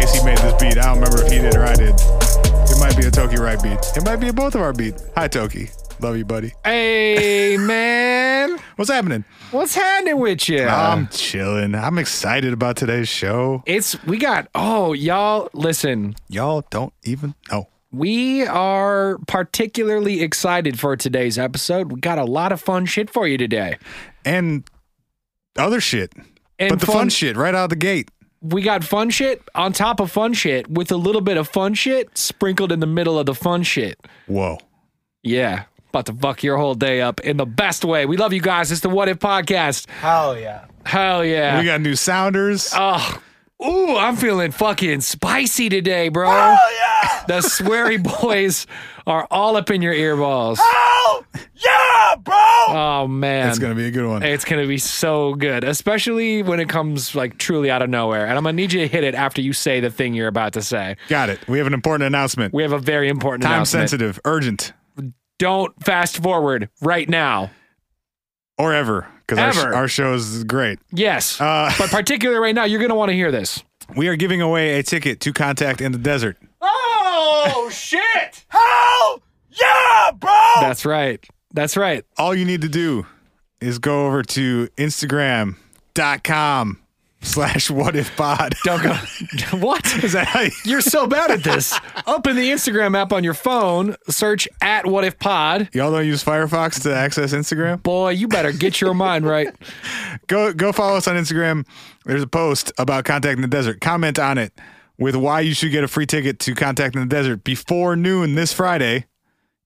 beat. I don't remember if he did or I did. It might be a Toki right beat. It might be a both of our beat. Hi, Toki. Love you, buddy. Hey, man. What's happening? What's happening with you? I'm chilling. I'm excited about today's show. it's, we got, oh, y'all, listen, Y'all don't even know. we are particularly excited for today's episode. We got a lot of fun shit for you today. And other shit. And but the fun, shit right out of the gate. we got fun shit on top of fun shit with a little bit of fun shit sprinkled in the middle of the fun shit. Whoa. Yeah. About to fuck your whole day up in the best way. We love you guys. It's the What If Podcast. Hell yeah. Hell yeah. We got new sounders. Oh, ooh, I'm feeling fucking spicy today, bro. Oh, yeah! The sweary boys are all up in your earballs. Hell Oh, yeah, bro! Oh man, it's going to be a good one. It's gonna be so good, especially when it comes like truly out of nowhere. And I'm gonna need you to hit it after you say the thing you're about to say. Got it. We have an important announcement. We have a very important Time announcement. sensitive, urgent, Don't fast forward right now. or ever. Because our, Ever. sh- our show is great. Yes, Uh, but particularly right now, you're gonna want to hear this. we are giving away a ticket to Contact in the Desert. Oh shit! Hell yeah, bro! That's right. That's right. all you need to do is go over to instagram.com slash what if pod Don't go. what? is that how you, You're so bad at this. Open the Instagram app on your phone, search at what if pod. y'all don't use firefox to access instagram Boy, you better get your mind right. go go follow us on instagram there's a post about contact in the desert comment on it with why you should get a free ticket to contact in the desert before noon this friday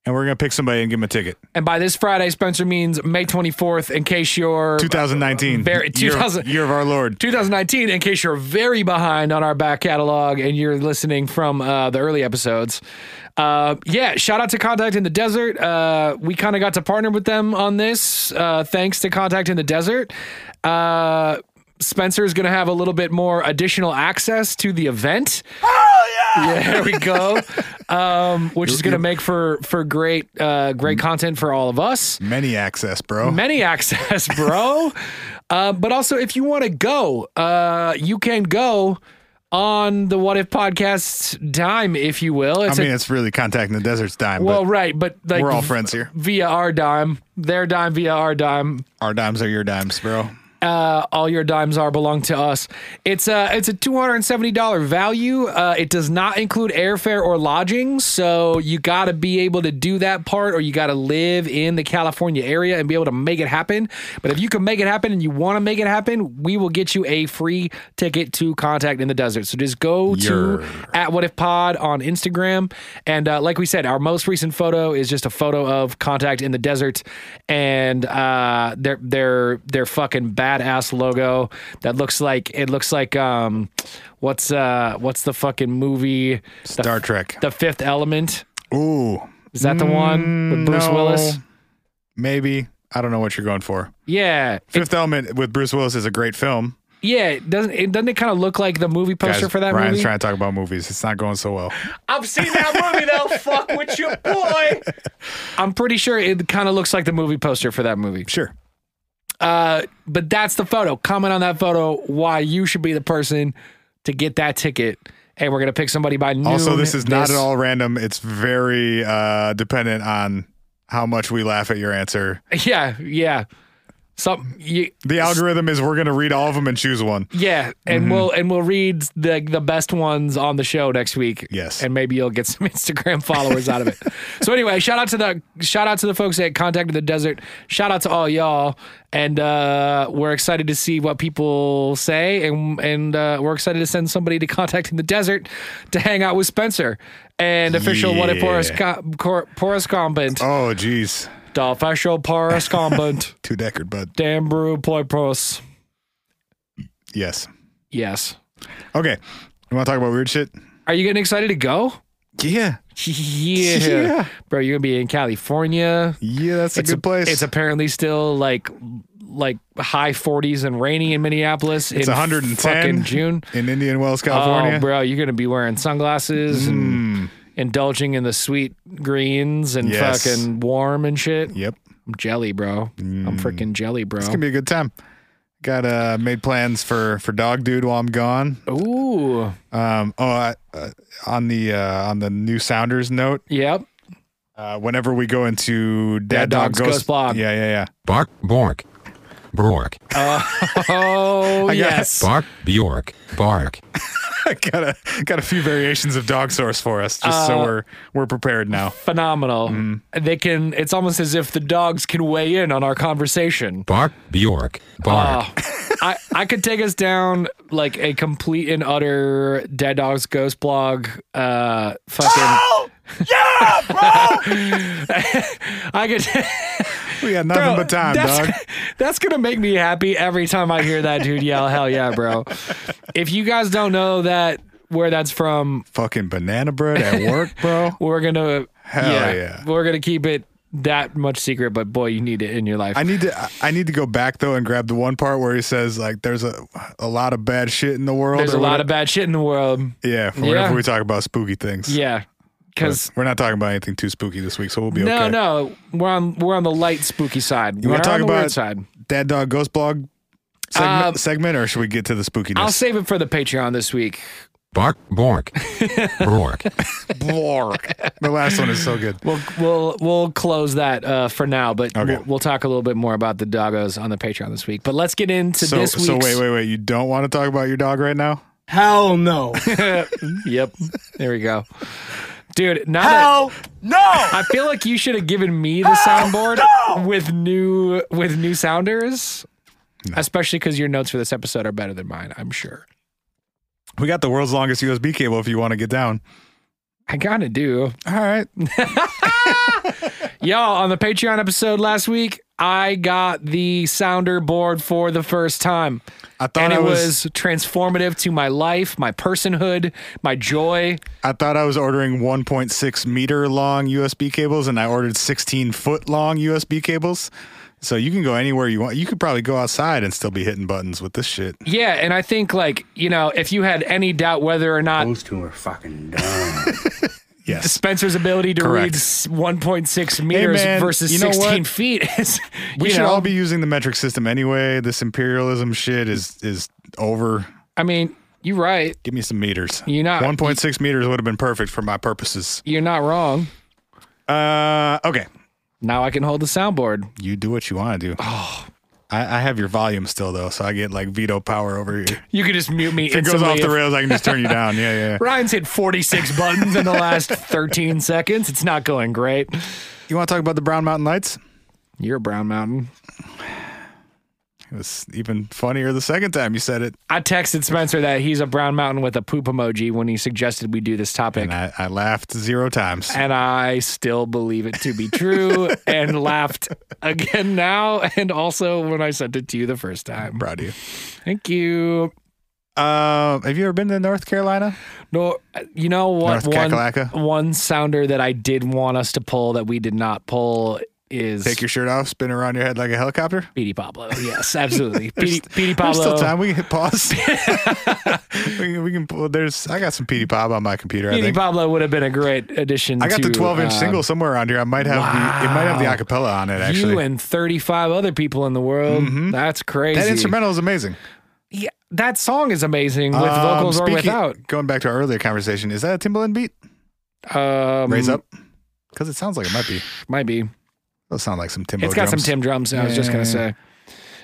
and we're gonna pick somebody and give them a ticket And by this Friday, Spencer means May 24th, in case you're 2019 Very- year, 2000 year of our lord 2019, in case you're very behind on our back catalog and you're listening from uh, the early episodes. Uh, yeah, shout out to Contact in the Desert. Uh, we kind of got to partner with them on this, uh, thanks to Contact in the Desert. Uh, Spencer is going to have a little bit more additional access to the event. Hell yeah! Yeah, there we go. Um, which is going to make for for great uh, great Mm-hmm. content for all of us. many access bro Many access, bro. uh, but also, if you want to go, uh, you can go on the What If podcast dime, if you will. i It's mean a, it's really contact in the desert's dime well, right, but but like we're all friends here via our dime, their dime via our dime. our dimes are your dimes bro uh, all your dimes are belong to us. It's a it's a two hundred and seventy dollar value. Uh, it does not include airfare or lodging, so you got to be able to do that part, or you got to live in the California area and be able to make it happen. But if you can make it happen and you want to make it happen, we will get you a free ticket to Contact in the Desert. So just go Yer. to at What If Pod on Instagram, and uh, like we said, our most recent photo is just a photo of Contact in the Desert and uh, their their their fucking badass logo that looks like it looks like um what's uh what's the fucking movie Star Trek. The Fifth Element Ooh, is that the one with Bruce Mm, no. Willis? maybe. I don't know what you're going for. Yeah, Fifth Element with Bruce Willis is a great film. yeah. it Doesn't it doesn't it kind of look like the movie poster Guys, for that Ryan's movie? trying to talk about movies. It's not going so well. I've seen that movie though. Fuck with your boy. I'm pretty sure it kind of looks like the movie poster for that movie. Sure. Uh, but that's the photo. Comment on that photo why you should be the person to get that ticket. And we're gonna pick somebody by noon. Also, this is not this- at all random. It's very uh, dependent on how much we laugh at your answer. Yeah, yeah. Some you, The algorithm is we're going to read all of them and choose one. yeah, Mm-hmm. and we'll and we'll read the the best ones on the show next week. Yes. and maybe you'll get some Instagram followers out of it. So anyway, shout out to the shout out to the folks at Contact of the Desert. Shout out to all y'all, and uh, we're excited to see what people say, and and uh, we're excited to send somebody to Contact in the Desert to hang out with Spencer and official what a Yeah. porous cor- correspondent, Oh, geez. the official correspondent, Two deckered, bud. Dan Brew Ploy Pros. Yes. Yes. Okay. You want to talk about weird shit? Are you getting excited to go? Yeah. Yeah. Yeah. Bro, you're gonna be in California. Yeah, that's a good place. It's apparently still like like high 40s and rainy in Minneapolis. It's in 110 fucking June. in Indian Wells, Oh, California. Hmm. bro, you're gonna be wearing sunglasses and indulging in the sweet greens and Yes. fucking warm and shit. Yep. Hmm. I'm jelly, bro. I'm freaking jelly, bro. It's going to be a good time. Got uh made plans for for dog dude while I'm gone. Ooh. Um oh I, uh, on the uh on the new Sounders note, Yep. uh whenever we go into Dad, Dad Dog Dog's Ghost Blog. Yeah, yeah, yeah. Bark, bork. Bork. Oh yes. Bark, Bjork. Bark. I got a got a few variations of dog source for us just so Uh, we're we're prepared now. Phenomenal. Hmm. They can. It's almost as if the dogs can weigh in on our conversation. Bark, Bjork. Bark. Oh, I I could take us down like a complete and utter dead dogs ghost blog. Uh, fucking. Oh, yeah, bro. I could. We got nothing Bro, but time, that's, dog. That's gonna make me happy every time I hear that dude yell, "Hell yeah, bro!" If you guys don't know that where that's from, Fucking banana bread at work, bro. we're gonna Hell yeah. we're gonna keep it that much secret. But boy, you need it in your life. I need to I- I need to go back though and grab the one part where he says like there's a a lot of bad shit in the world. There's or a lot whatever. of bad shit in the world. Yeah, for whenever Yeah. we talk about spooky things. Yeah, because We're not talking about anything too spooky this week, so we'll be no, okay. no, we're on we're on the light spooky side. You we're want to talk on the about weird side. Dad Dog Ghost Blog segment, Um, segment, or should we get to the spookiness? I'll save it for the Patreon this week. Bark, bork. Bork. Blork. the last one is so good. We'll we'll we'll close that uh, for now, but Okay. we'll, we'll talk a little bit more about the doggos on the Patreon this week. But let's get into So, this week's. so wait, wait, wait. You don't want to talk about your dog right now? Hell no. Yep, there we go, dude. Now that Hell no. I feel like you should have given me the soundboard with new with new sounders, especially because your notes for this episode are better than mine. I'm sure. We got the world's longest USB cable if you want to get down. I gotta do. All right. Y'all, on the Patreon episode last week, I got the sounder board for the first time. I thought And I it was, was transformative to my life, my personhood, my joy. I thought I was ordering 1.6 meter long USB cables and I ordered 16 foot long USB cables. So you can go anywhere you want. You could probably go outside and still be hitting buttons with this shit. Yeah, and I think like, you know, if you had any doubt whether or not Oh, Those two are fucking dumb. Yes. Spencer's ability to Correct. read s- 1.6 meters man, versus you know 16 what? feet is We you should know, all be using the metric system anyway. This imperialism shit is is over. I mean, you're right. Give me some meters. You're not- 1.6 meters would have been perfect for my purposes. You're not wrong. Uh, okay. Now I can hold the soundboard. You do what you want to do. Oh. I, I have your volume still though, so I get like veto power over here. You can just mute me. If it goes instantly off the if- rails, I can just turn you down. Yeah, yeah. yeah. Ryan's hit 46 buttons in the last 13 seconds. It's not going great. You want to talk about the Brown Mountain Lights? You're Brown Mountain. It was even funnier the second time you said it, I texted Spencer that he's a Brown Mountain with a poop emoji when he suggested we do this topic. and I, I laughed zero times. And I still believe it to be true and laughed again now and also when I sent it to you the first time. Proud of you. Thank you. Uh, have you ever been to North Carolina? No, you know what? North One, Kakalaka? one sounder that I did want us to pull that we did not pull is Take your shirt off, spin around your head like a helicopter. Petey Pablo. Yes, absolutely. Petey, Petey There's Pablo. still time. We can hit pause. we can. We can well, there's. I got some PD Pop on my computer. I Petey think. Pablo would have been a great addition. I got the to, 12 inch uh, single somewhere around here. I might have the. It might have the wow. acapella on it You actually. Mm-hmm. and 35 other people in the world. That's crazy. That instrumental is amazing. Yeah, that song is amazing with Um, vocals or speaking- without. Going back to our earlier conversation, is that a Timbaland beat? Um, Raise up. Because it sounds like it might be. Might be. It'll sound like some Timbaland. It's got some Tim drums. I was just going to say.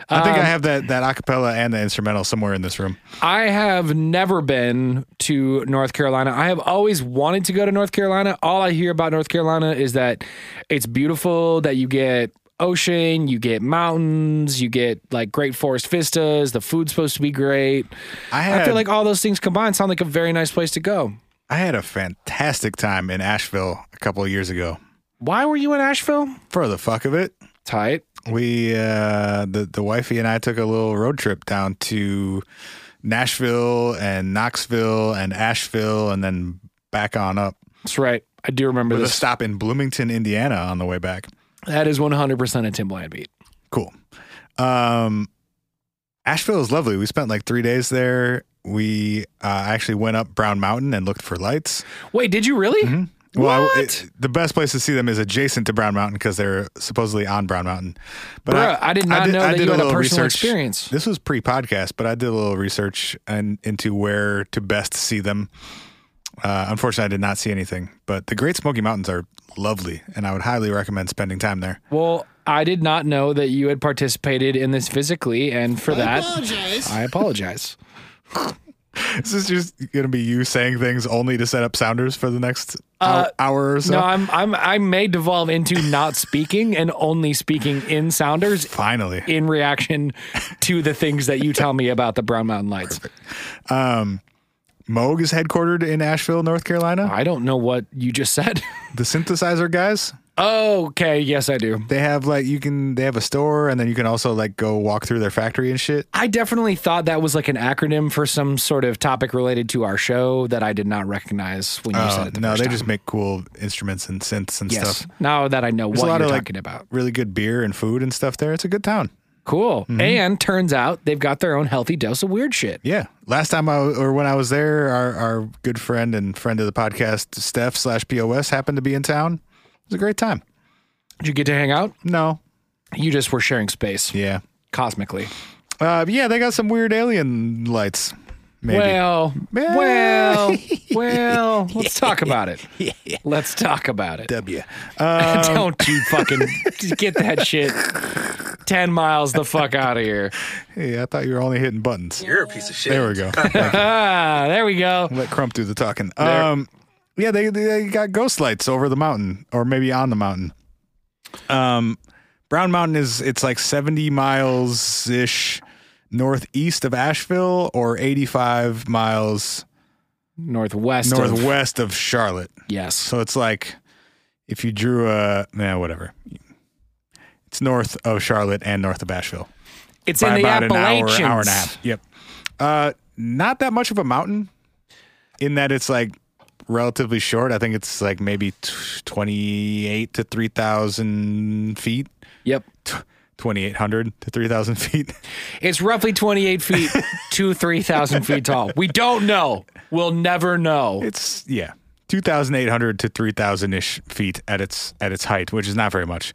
I think I Um, have that that acapella and the instrumental somewhere in this room. I have never been to North Carolina. I have always wanted to go to North Carolina. All I hear about North Carolina is that it's beautiful, that you get ocean, you get mountains, you get like great forest vistas, the food's supposed to be great. I had I feel like all those things combined sound like a very nice place to go. I had a fantastic time in Asheville a couple of years ago. Why were you in Asheville? For the fuck of it, Tight. we uh, the the wifey and I took a little road trip down to Nashville and Knoxville and Asheville and then back on up That's right. I do remember with a this. stop in Bloomington, Indiana on the way back. That is 100% a Tim Bland beat. Cool. Um, Asheville is lovely. We spent like three days there. We uh, actually went up Brown Mountain and looked for lights. Wait, did you really? Well, What? I- it- the best place to see them is adjacent to Brown Mountain because they're supposedly on Brown Mountain. But Bruh, I did not know that you had a personal experience. This was pre-podcast, but I did a little research and into where to best see them. Uh, unfortunately, I did not see anything, but the Great Smoky Mountains are lovely, and I would highly recommend spending time there. Well, I did not know that you had participated in this physically, and for that, I apologize. This is just going to be you saying things only to set up sounders for the next hou- hour or so. Uh, No, I'm I'm I may devolve into not speaking and only speaking in sounders Finally, in reaction to the things that you tell me about the Brown Mountain Lights. Moog is headquartered in Asheville, North Carolina. I don't know what you just said. The synthesizer guys. okay, yes I do. they have like you can they have a store and then you can also like go walk through their factory and shit I definitely thought that was like an acronym for some sort of topic related to our show that I did not recognize when you said uh, it. The no first they time. just make cool instruments and synths and yes. stuff Now that I know there's what a lot you're of talking like about, really good beer and food and stuff there it's a good town cool. Mm-hmm. And turns out they've got their own healthy dose of weird shit. yeah last time i or when i was there our, our good friend and friend of the podcast steph slash pos happened to be in town it was a great time Did you get to hang out? no You just were sharing space yeah cosmically. uh, yeah they got some weird alien lights maybe Well, Yeah. well, well, let's talk about it. Let's talk about it. w Um, Don't you fucking just get that shit 10 miles the fuck out of here. hey i thought you were only hitting buttons You're a piece of shit. there we go Ah, there we go. Let Crump do the talking. Um, yeah, they they got ghost lights over the mountain, or maybe on the mountain. Um, Brown Mountain is it's like seventy miles ish northeast of Asheville, or eighty five miles Northwest. of- northwest of Charlotte. yes. So it's like if you drew a nah, whatever. It's north of Charlotte and north of Asheville It's by in the about an hour, Appalachians. hour and a half. Yep. Uh, not that much of a mountain, in that it's like relatively short. I think it's like maybe t- twenty-eight to three thousand feet, Yep. twenty-eight hundred to three thousand feet. It's roughly 28 feet to 3,000 feet tall. We don't know. We'll never know. It's yeah, two thousand eight hundred to three thousand ish feet at its at its height, which is not very much.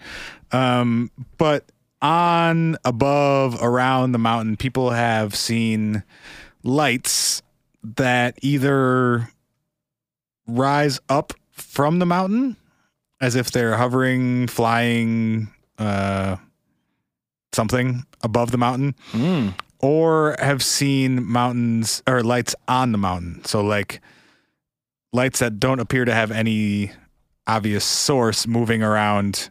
Um, but on, above, around the mountain, people have seen lights that either rise up from the mountain as if they're hovering, flying, uh, something above the mountain, or have seen mountains or lights on the mountain. So, like lights that don't appear to have any obvious source moving around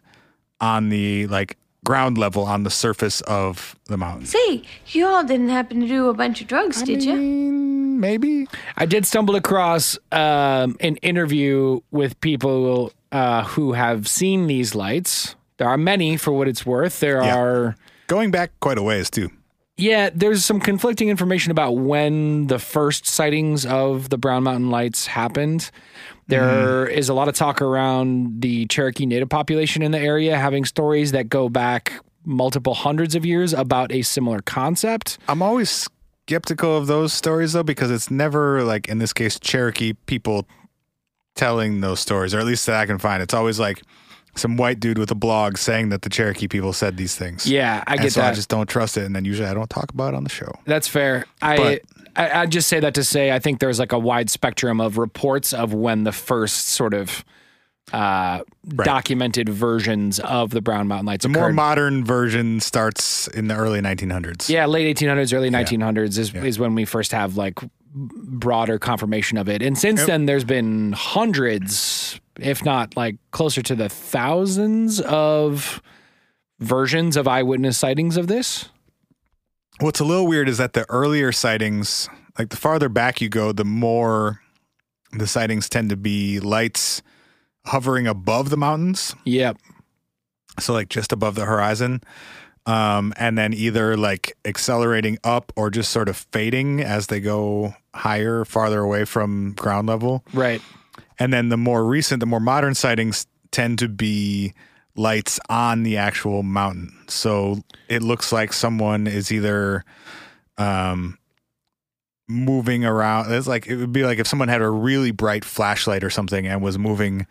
on the like ground level on the surface of the mountain. Say, you all didn't happen to do a bunch of drugs, did you? Mm, Maybe. I did stumble across um, an interview with people uh, who have seen these lights. There are many, for what it's worth. There Yeah. are, Going back quite a ways too. yeah, there's some conflicting information about when the first sightings of the Brown Mountain Lights happened. There is a lot of talk around the Cherokee Native population in the area having stories that go back multiple hundreds of years about a similar concept. I'm always skeptical of those stories though because it's never like in this case Cherokee people telling those stories or at least that I can find. It's always like some white dude with a blog saying that the Cherokee people said these things. Yeah, I And get so that. I just don't trust it and then usually I don't talk about it on the show. That's fair. I, I I just say that to say I think there's like a wide spectrum of reports of when the first sort of uh, documented versions of the Brown Mountain Lights The more occurred. modern version starts in the early 1900s. yeah, late 1800s, early 1900s is is when we first have like broader confirmation of it. And since then, there's been hundreds, if not like closer to the thousands of versions of eyewitness sightings of this. What's a little weird is that the earlier sightings, like the farther back you go, the more the sightings tend to be lights hovering above the mountains. Yep. So, like just above the horizon. Um, and then either like accelerating up or just sort of fading as they go higher, farther away from ground level. Right. And then the more recent, the more modern sightings tend to be lights on the actual mountain. So it looks like someone is either um, moving around. It's like it would be like if someone had a really bright flashlight or something and was moving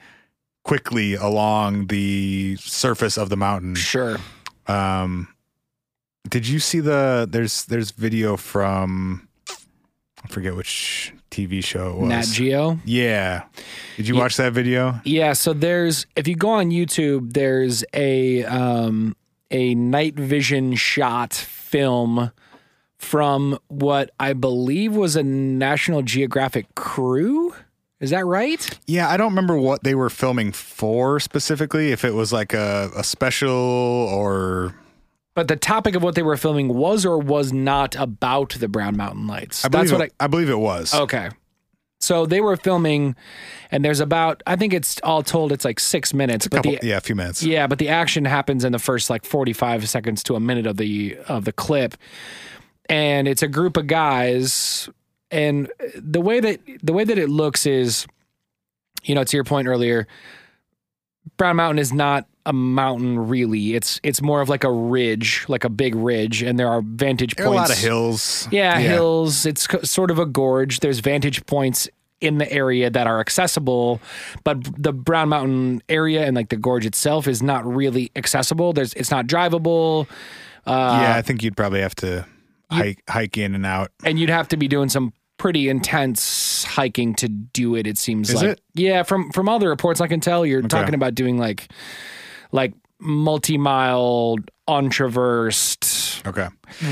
quickly along the surface of the mountain. Sure. Um, did you see the there's there's video from I forget which TV show it was. Nat Geo. Yeah. Did you Ye- watch that video? Yeah, so there's if you go on YouTube, there's a um a night vision shot film from what I believe was a National Geographic crew. Is that right? Yeah, I don't remember what they were filming for specifically, if it was like a, a special or But the topic of what they were filming was or was not about the Brown Mountain Lights. I believe That's what I it, I, Oh, believe it was. Okay. So they were filming and there's about I think it's all told it's like 6 minutes, but Couple, the yeah, a few minutes. Yeah, but the action happens in the first like 45 seconds to a minute of the of the clip. And it's a group of guys and the way that the way that it looks is you know, to your point earlier, Brown Mountain is not a mountain really. It's it's more of like a ridge, like a big ridge and there are vantage There are points. a lot of hills. Yeah, hills. It's co- sort of a gorge. There's vantage points in the area that are accessible, but b- the Brown Mountain area and like the gorge itself is not really accessible. There's it's not drivable, yeah, I think you'd probably have to hike hike in and out. and you'd have to be doing some pretty intense hiking to do it. It seems Is like it? yeah. From from all the reports I can tell, you're talking about doing like like multi mile untraversed Okay.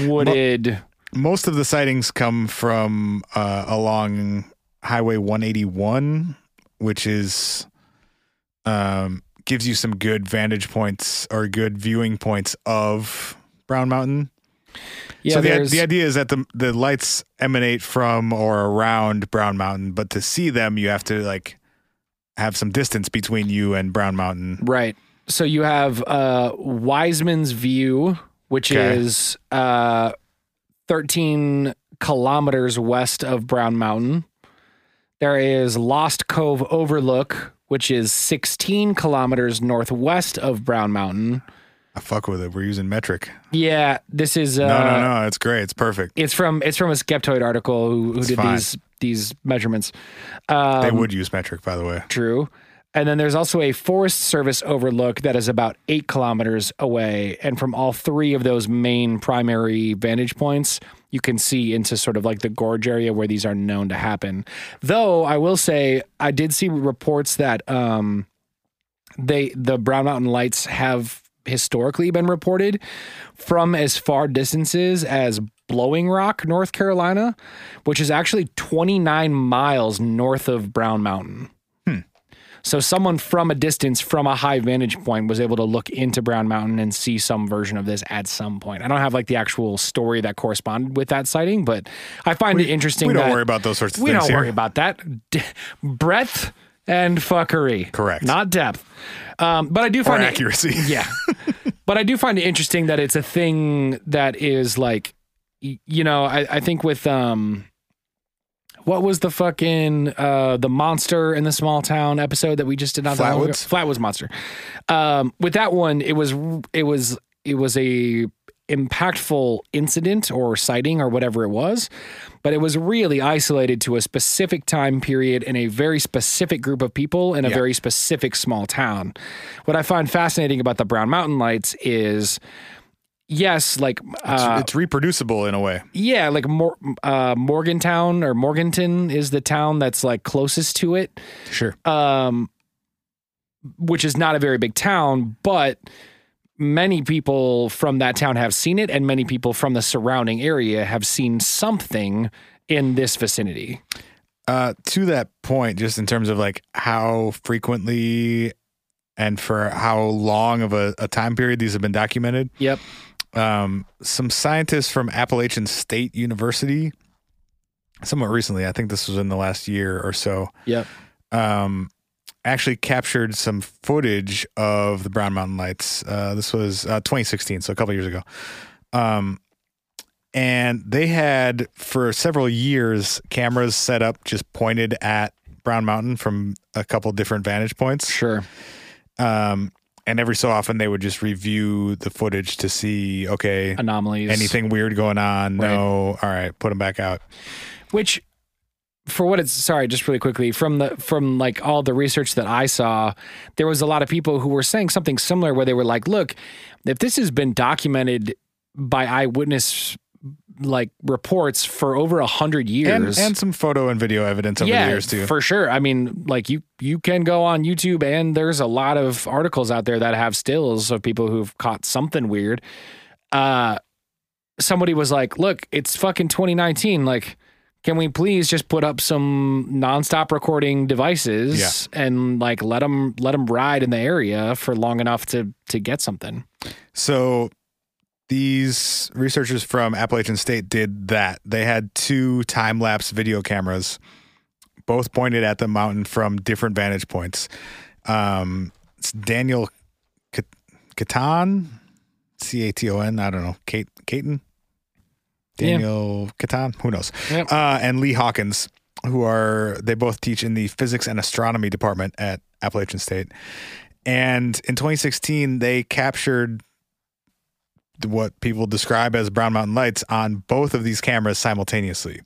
wooded. Most of the sightings come from uh, along Highway 181, which is um, gives you some good vantage points or good viewing points of Brown Mountain. yeah, so the, there's- the idea is that the the lights emanate from or around Brown Mountain, but to see them, you have to like have some distance between you and Brown Mountain. Right. So you have uh, Wiseman's View, which Okay. is uh, 13 kilometers west of Brown Mountain. There is Lost Cove Overlook, which is 16 kilometers northwest of Brown Mountain. I Ah, fuck with it. We're using metric. Yeah, this is uh, No, no, no. It's great. It's perfect. it's from it's from a Skeptoid article who, who did fine. these these measurements. Um, they would use metric, by the way. True. And then there's also a Forest Service overlook that is about eight kilometers away. And from all three of those main primary vantage points, you can see into sort of like the gorge area where these are known to happen. Though I will say, I did see reports that um, they the Brown Mountain Lights have historically been reported from as far distances as Blowing Rock, North Carolina, which is actually 29 miles north of Brown Mountain. Hmm. So someone from a distance, from a high vantage point, was able to look into Brown Mountain and see some version of this at some point. I don't have like the actual story that corresponded with that sighting, but I find it interesting. We don't that- worry about those sorts of we things don't here. worry about that. D- breadth and fuckery, Correct. Not depth. Um, but I do Or find it, accuracy. yeah. but I do find it interesting that it's a thing that is like, y- you know, I, I think with, um, what was the fucking uh the monster in the small town episode that we just did not that long ago? Flatwoods? Flatwoods monster. Um, with that one, it was it was it was a impactful incident or sighting or whatever it was, but it was really isolated to a specific time period and a very specific group of people in a very specific small town. What I find fascinating about the Brown Mountain Lights is. Yes, like It's, uh, it's reproducible in a way. yeah, like Mor- uh, Morgantown or Morganton is the town that's like closest to it, Sure. um, which is not a very big town, but many people from that town have seen it, and many people from the surrounding area have seen something in this vicinity. Uh, to that point, just in terms of like how frequently and for how long of a, a time period these have been documented, Yep. um, some scientists from Appalachian State University, somewhat recently, I think this was in the last year or so, Yep. um, actually captured some footage of the Brown Mountain Lights. Uh, this was uh, 2016, so a couple years ago. Um, and they had for several years cameras set up just pointed at Brown Mountain from a couple different vantage points. Sure. Um, and every so often they would just review the footage to see, okay, Anomalies. anything weird going on? No, all right, put them back out. which for what it's sorry just really quickly from the from like all the research that i saw there was a lot of people who were saying something similar where they were like look if this has been documented by eyewitness like reports for over a hundred and, years and some photo and video evidence over yeah, the years too. for sure. I mean, like you you can go on YouTube and there's a lot of articles out there that have stills of people who've caught something weird. Uh somebody was like, "Look, it's fucking 2019. Like can we please just put up some nonstop recording devices and like let them let them ride in the area for long enough to to get something?" So these researchers from Appalachian State did that. They had two time lapse video cameras, both pointed at the mountain from different vantage points. Um, it's Daniel Cat- Catan, C A T O N. I don't know. Kate Caton, Yeah. Daniel Catan. Who knows? Yep. Uh, and Lee Hawkins, who are they both teach in the physics and astronomy department at Appalachian State. And in 2016, they captured what people describe as brown mountain lights on both of these cameras simultaneously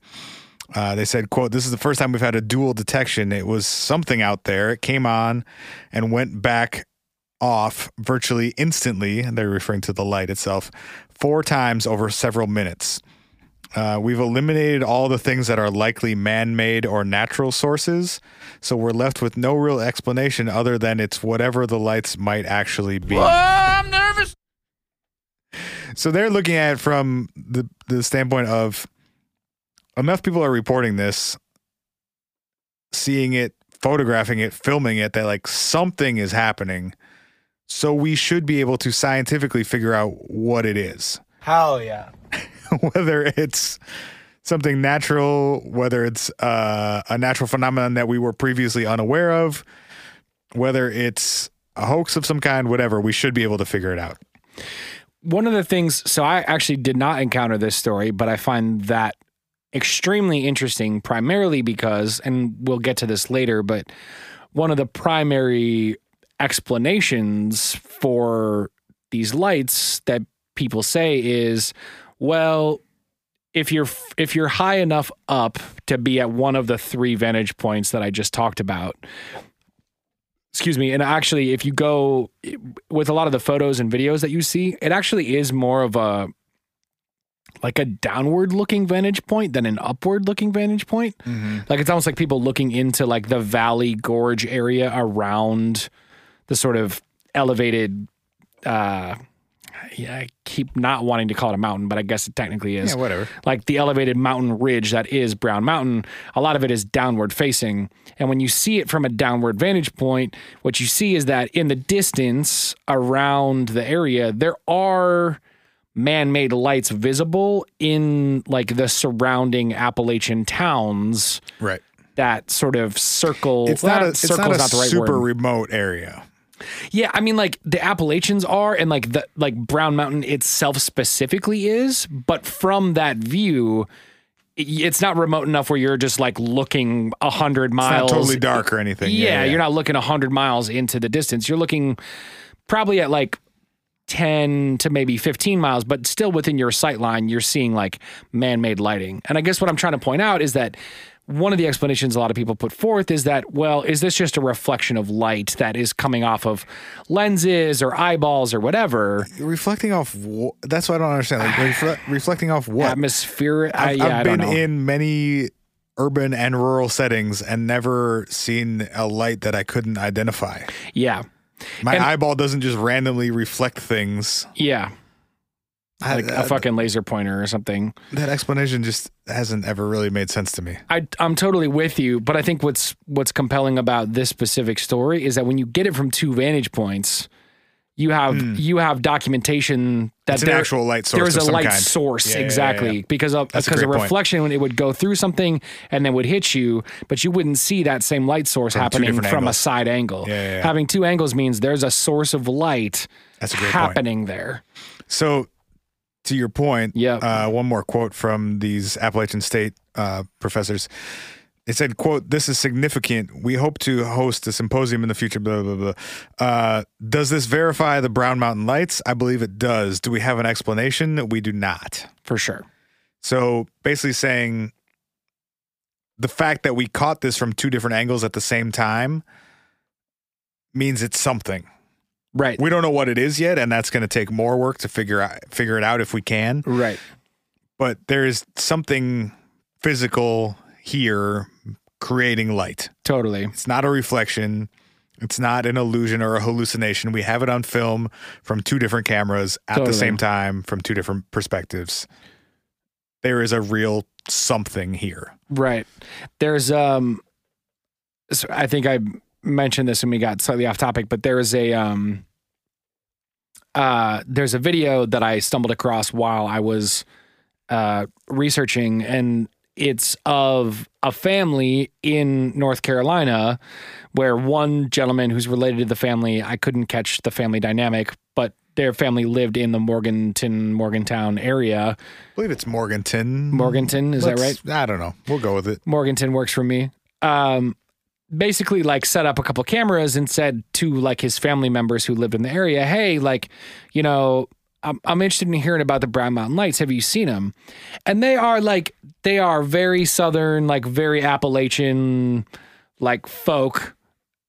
uh, they said quote this is the first time we've had a dual detection it was something out there it came on and went back off virtually instantly and they're referring to the light itself four times over several minutes uh, we've eliminated all the things that are likely man-made or natural sources so we're left with no real explanation other than it's whatever the lights might actually be so they're looking at it from the the standpoint of enough people are reporting this, seeing it, photographing it, filming it, that like something is happening. So we should be able to scientifically figure out what it is. Hell yeah. whether it's something natural, whether it's uh, a natural phenomenon that we were previously unaware of, whether it's a hoax of some kind, whatever, we should be able to figure it out. one of the things so i actually did not encounter this story but i find that extremely interesting primarily because and we'll get to this later but one of the primary explanations for these lights that people say is well if you're if you're high enough up to be at one of the three vantage points that i just talked about excuse me and actually if you go with a lot of the photos and videos that you see it actually is more of a like a downward looking vantage point than an upward looking vantage point like it's almost like people looking into like the valley gorge area around the sort of elevated uh yeah, I keep not wanting to call it a mountain, but I guess it technically is. Yeah, whatever. Like the elevated mountain ridge that is Brown Mountain, a lot of it is downward facing. And when you see it from a downward vantage point, what you see is that in the distance around the area, there are man-made lights visible in like the surrounding Appalachian towns Right. that sort of circle. It's not well, a, it's circle's not a not the right super word. remote area. Yeah, I mean, like the Appalachians are, and like the like Brown Mountain itself specifically is, but from that view, i- it's not remote enough where you're just like looking a hundred It's not miles. totally dark or anything. Yeah, you're not looking a hundred miles into the distance. You're looking probably at like. 10 to maybe 15 miles, but still within your sight line, you're seeing like man made lighting. And I guess what I'm trying to point out is that one of the explanations a lot of people put forth is that, well, is this just a reflection of light that is coming off of lenses or eyeballs or whatever? reflecting off. wh- that's what I don't understand. Like refle- reflecting off what? Atmospheric. I, I've, yeah, I've I don't been know. in many urban and rural settings and never seen a light that I couldn't identify. yeah. My And- eyeball doesn't just randomly reflect things. Yeah. I- Like a that- fucking laser pointer or something. that explanation just hasn't ever really made sense to me. I, I'm totally with you, but I think what's what's compelling about this specific story is that when you get it from two vantage points, you have you have documentation that Hmm. It's an there- actual light source There is of a some light kind. source Yeah, yeah, yeah, exactly yeah. because a, That's a because a, great point. reflection it would go through something and then would hit you, but you wouldn't see that same light source two happening from different a angles. side angle. Yeah, yeah, yeah. Having two angles means there's a source of light That's a great point. happening there. So, to your point, Yep. uh, one more quote from these Appalachian State uh, professors. It said, "quote This is significant. We hope to host a symposium in the future." Blah blah blah. Uh, does this verify the Brown Mountain Lights? I believe it does. Do we have an explanation? We do not. for sure. So basically saying the fact that we caught this from two different angles at the same time means it's something. Right. We don't know what it is yet, and that's going to take more work to figure out figure it out if we can. Right. But there is something physical here creating light. Totally. It's not a reflection. It's not an illusion or a hallucination. We have it on film from two different cameras at Totally. the same time from two different perspectives. There is a real something here. Right. There's um so I think I mentioned this when we got slightly off topic, but there is a um uh there's a video that I stumbled across while I was uh researching and it's of a family in North Carolina where one gentleman who's related to the family, I couldn't catch the family dynamic, but their family lived in the Morganton, Morgantown area. I believe it's Morganton. Morganton, is that right? Let's- I don't know. We'll go with it. Morganton works for me. Um, basically, like set up a couple cameras and said to like his family members who lived in the area, "Hey, like, you know, I'm, I'm interested in hearing about the Brown Mountain Lights. Have you seen them?" And they are like, they are very southern, like very Appalachian, like folk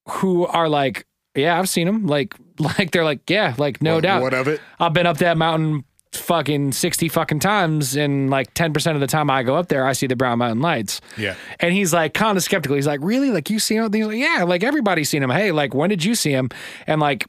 who are like, "Yeah, I've seen them." Like, like they're like, "Yeah, like no What- doubt." What of it? I've been up that mountain fucking 60 fucking times and like 10% of the time I go up there I see the brown mountain lights. Yeah. And he's like kind of skeptical. He's like, "Really? Like you seen them?" He's like, "Yeah, like everybody's seen him. Hey, like when did you see him?" And like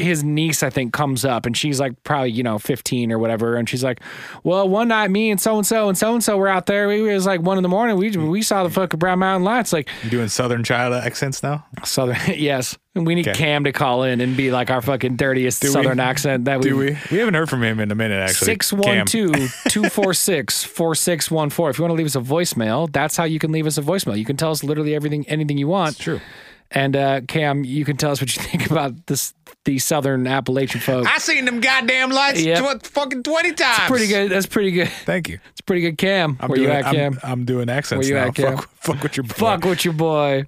his niece I think comes up and she's like probably, you know, 15 or whatever and she's like, "Well, one night me and so and so and so and so were out there. We it was like 1 in the morning. We we saw the fucking brown mountain lights like You doing Southern child accents now? southern yes. And we need Okay. Cam to call in and be like our fucking dirtiest we? southern accent that Do we we? We haven't heard from him in a minute, actually. Six one Cam. two two four six four six one four. If you want to leave us a voicemail, that's how you can leave us a voicemail. You can tell us literally everything, anything you want. true. And uh, Cam, you can tell us what you think about this, the Southern Appalachian folk. I seen them goddamn lights Yep. tw- fucking 20 times. pretty good. That's pretty good. Thank you. It's pretty good, Cam. Where doing, you at, I'm, Cam? I'm doing accents Where you now. at, Cam? Fuck, fuck with your boy. Fuck with your boy.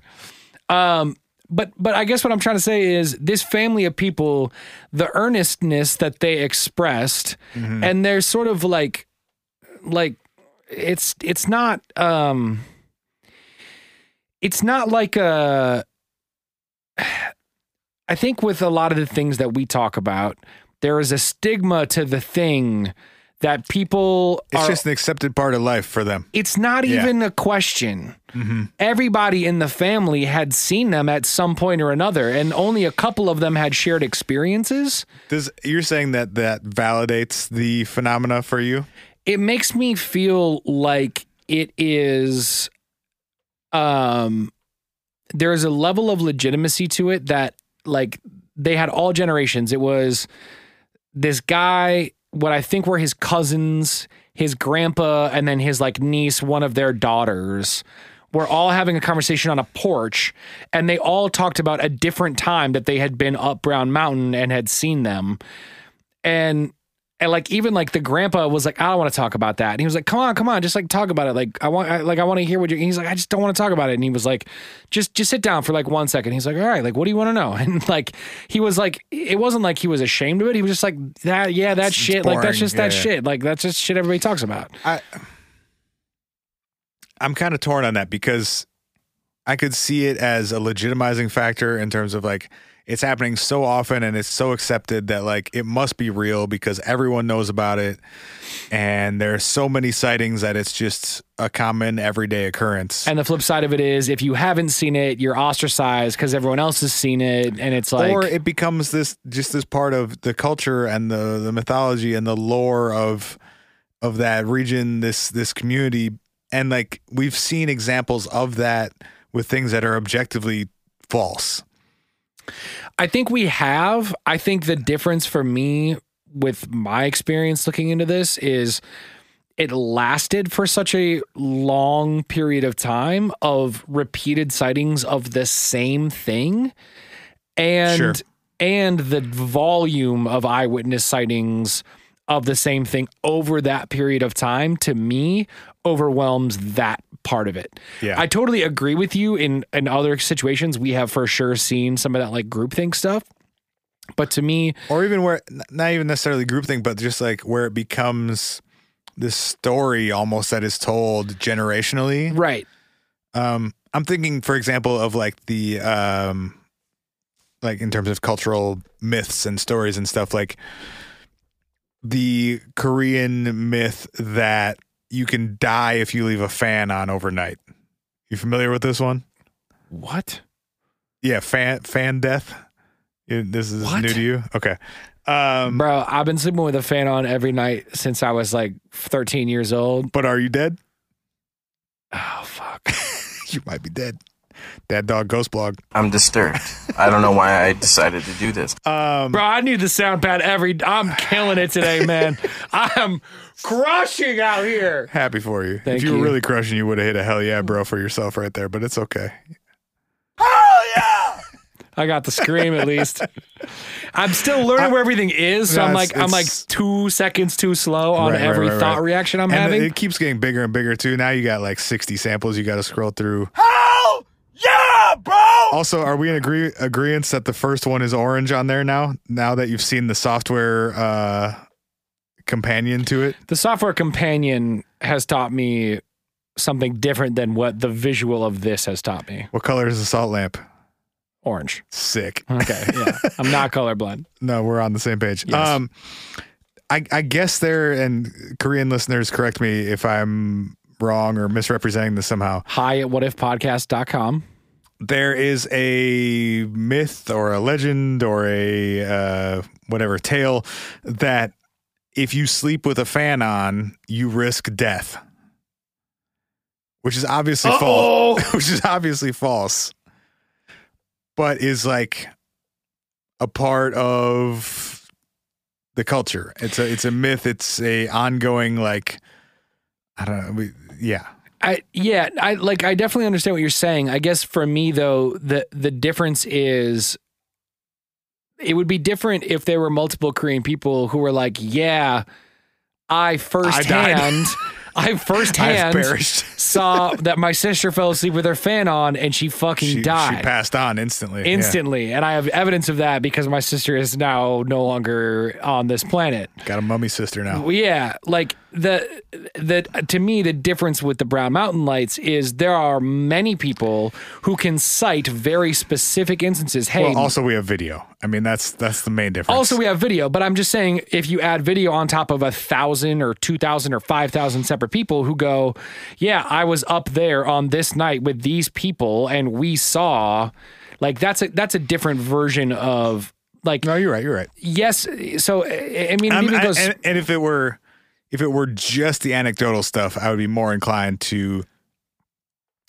Um, but but I guess what I'm trying to say is this family of people, the earnestness that they expressed, and they're sort of like, like it's it's not um, it's not like a. I think with a lot of the things that we talk about, there is a stigma to the thing that people It's are just an accepted part of life for them. it's not Yeah. even a question. Everybody in the family had seen them at some point or another, and only a couple of them had shared experiences. Does you're saying that that validates the phenomena for you? It makes me feel like it is, um, there is a level of legitimacy to it that, like, they had all generations. It was this guy, what I think were his cousins, his grandpa, and then his like niece, one of their daughters, were all having a conversation on a porch, and they all talked about a different time that they had been up Brown Mountain and had seen them, and. And like even like the grandpa was like, I don't want to talk about that. And he was like, Come on, come on, just like talk about it. Like I want, I, like I want to hear what you. He's like, I just don't want to talk about it. And he was like, Just, just sit down for like one second. He's like, All right, like what do you want to know? And like he was like, it wasn't like he was ashamed of it. He was just like, That, yeah, that shit. Like that's boring. just that Yeah, yeah. shit. Like that's just shit everybody talks about. I I'm kind of torn on that because I could see it as a legitimizing factor in terms of like it's happening so often and it's so accepted that like it must be real because everyone knows about it and there are so many sightings that it's just a common everyday occurrence. And the flip side of it is, if you haven't seen it, you're ostracized because everyone else has seen it, and it's like, or it becomes this just this part of the culture and the the mythology and the lore of of that region this this community and like we've seen examples of that with things that are objectively false I think we have. I think the difference for me with my experience looking into this is it lasted for such a long period of time of repeated sightings of the same thing and Sure. and the volume of eyewitness sightings of the same thing over that period of time to me overwhelms that part of it. Yeah. I totally agree with you in in other situations we have for sure seen some of that like groupthink stuff. But to me, or even where n- not even necessarily group thing but just like where it becomes this story almost that is told generationally right. Um, I'm thinking, for example, of like the um, like in terms of cultural myths and stories and stuff, like the Korean myth that you can die if you leave a fan on overnight. You familiar with this one? What? Yeah, fan fan death. Yeah, This is What? new to you. Okay. Um, Bro, I've been sleeping with a fan on every night since I was like 13 years old. but are you dead? Oh, fuck. You might be dead. Dad dog ghost blog. I'm disturbed. I don't know why I decided to do this. Um, Bro, I need the sound pad every. I'm killing it today, man. I'm crushing out here. happy for you. Thank if you, you. were really crushing, you would have hit a hell yeah, bro, for yourself right there. But it's okay. Hell yeah! I got the scream at least. I'm still learning where everything is, so No, I'm it's- like I'm like it's- two seconds too slow on Right, right, every right, right. thought reaction I'm and having. it keeps getting bigger and bigger too. Now you got like 60 samples you got to scroll through. Hell yeah, bro! Also, are we in agree agreement that the first one is orange on there now? Now that you've seen the software uh, companion to it, the software companion has taught me something different than what the visual of this has taught me. what color is the salt lamp? Orange. Sick. Okay, yeah. I'm not colorblind. No, we're on the same page. Yes. Um, I, I guess there and Korean listeners correct me if I'm wrong or misrepresenting this somehow. Hi at whatifpodcast.com. There is a myth or a legend or a uh, whatever tale that if you sleep with a fan on, you risk death, which is obviously false. Which is obviously false, but is like a part of the culture. It's a it's a myth. It's a ongoing like I don't know. We, yeah, I yeah, I like I definitely understand what you're saying. I guess for me though, the the difference is it would be different if there were multiple Korean people who were like, "Yeah, I firsthand, I I've firsthand perished. saw that my sister fell asleep with her fan on and she fucking She, she died." passed on instantly. Yeah. Instantly, and I have evidence of that because my sister is now no longer on this planet. Got a mummy sister now. Well, yeah, like the the to me the difference with the Brown Mountain Lights is there are many people who can cite very specific instances. Hey, Well, also we have video. I mean, that's that's the main difference. also we have video, but I'm just saying if you add video on top of a thousand or two thousand or five thousand separate people who go, yeah, I was up there on this night with these people and we saw, like that's a that's a different version of like no, you're right. You're right. yes. So eh, I I mean, it Um, even I- goes. and, and if it were, if it were just the anecdotal stuff, I would be more inclined to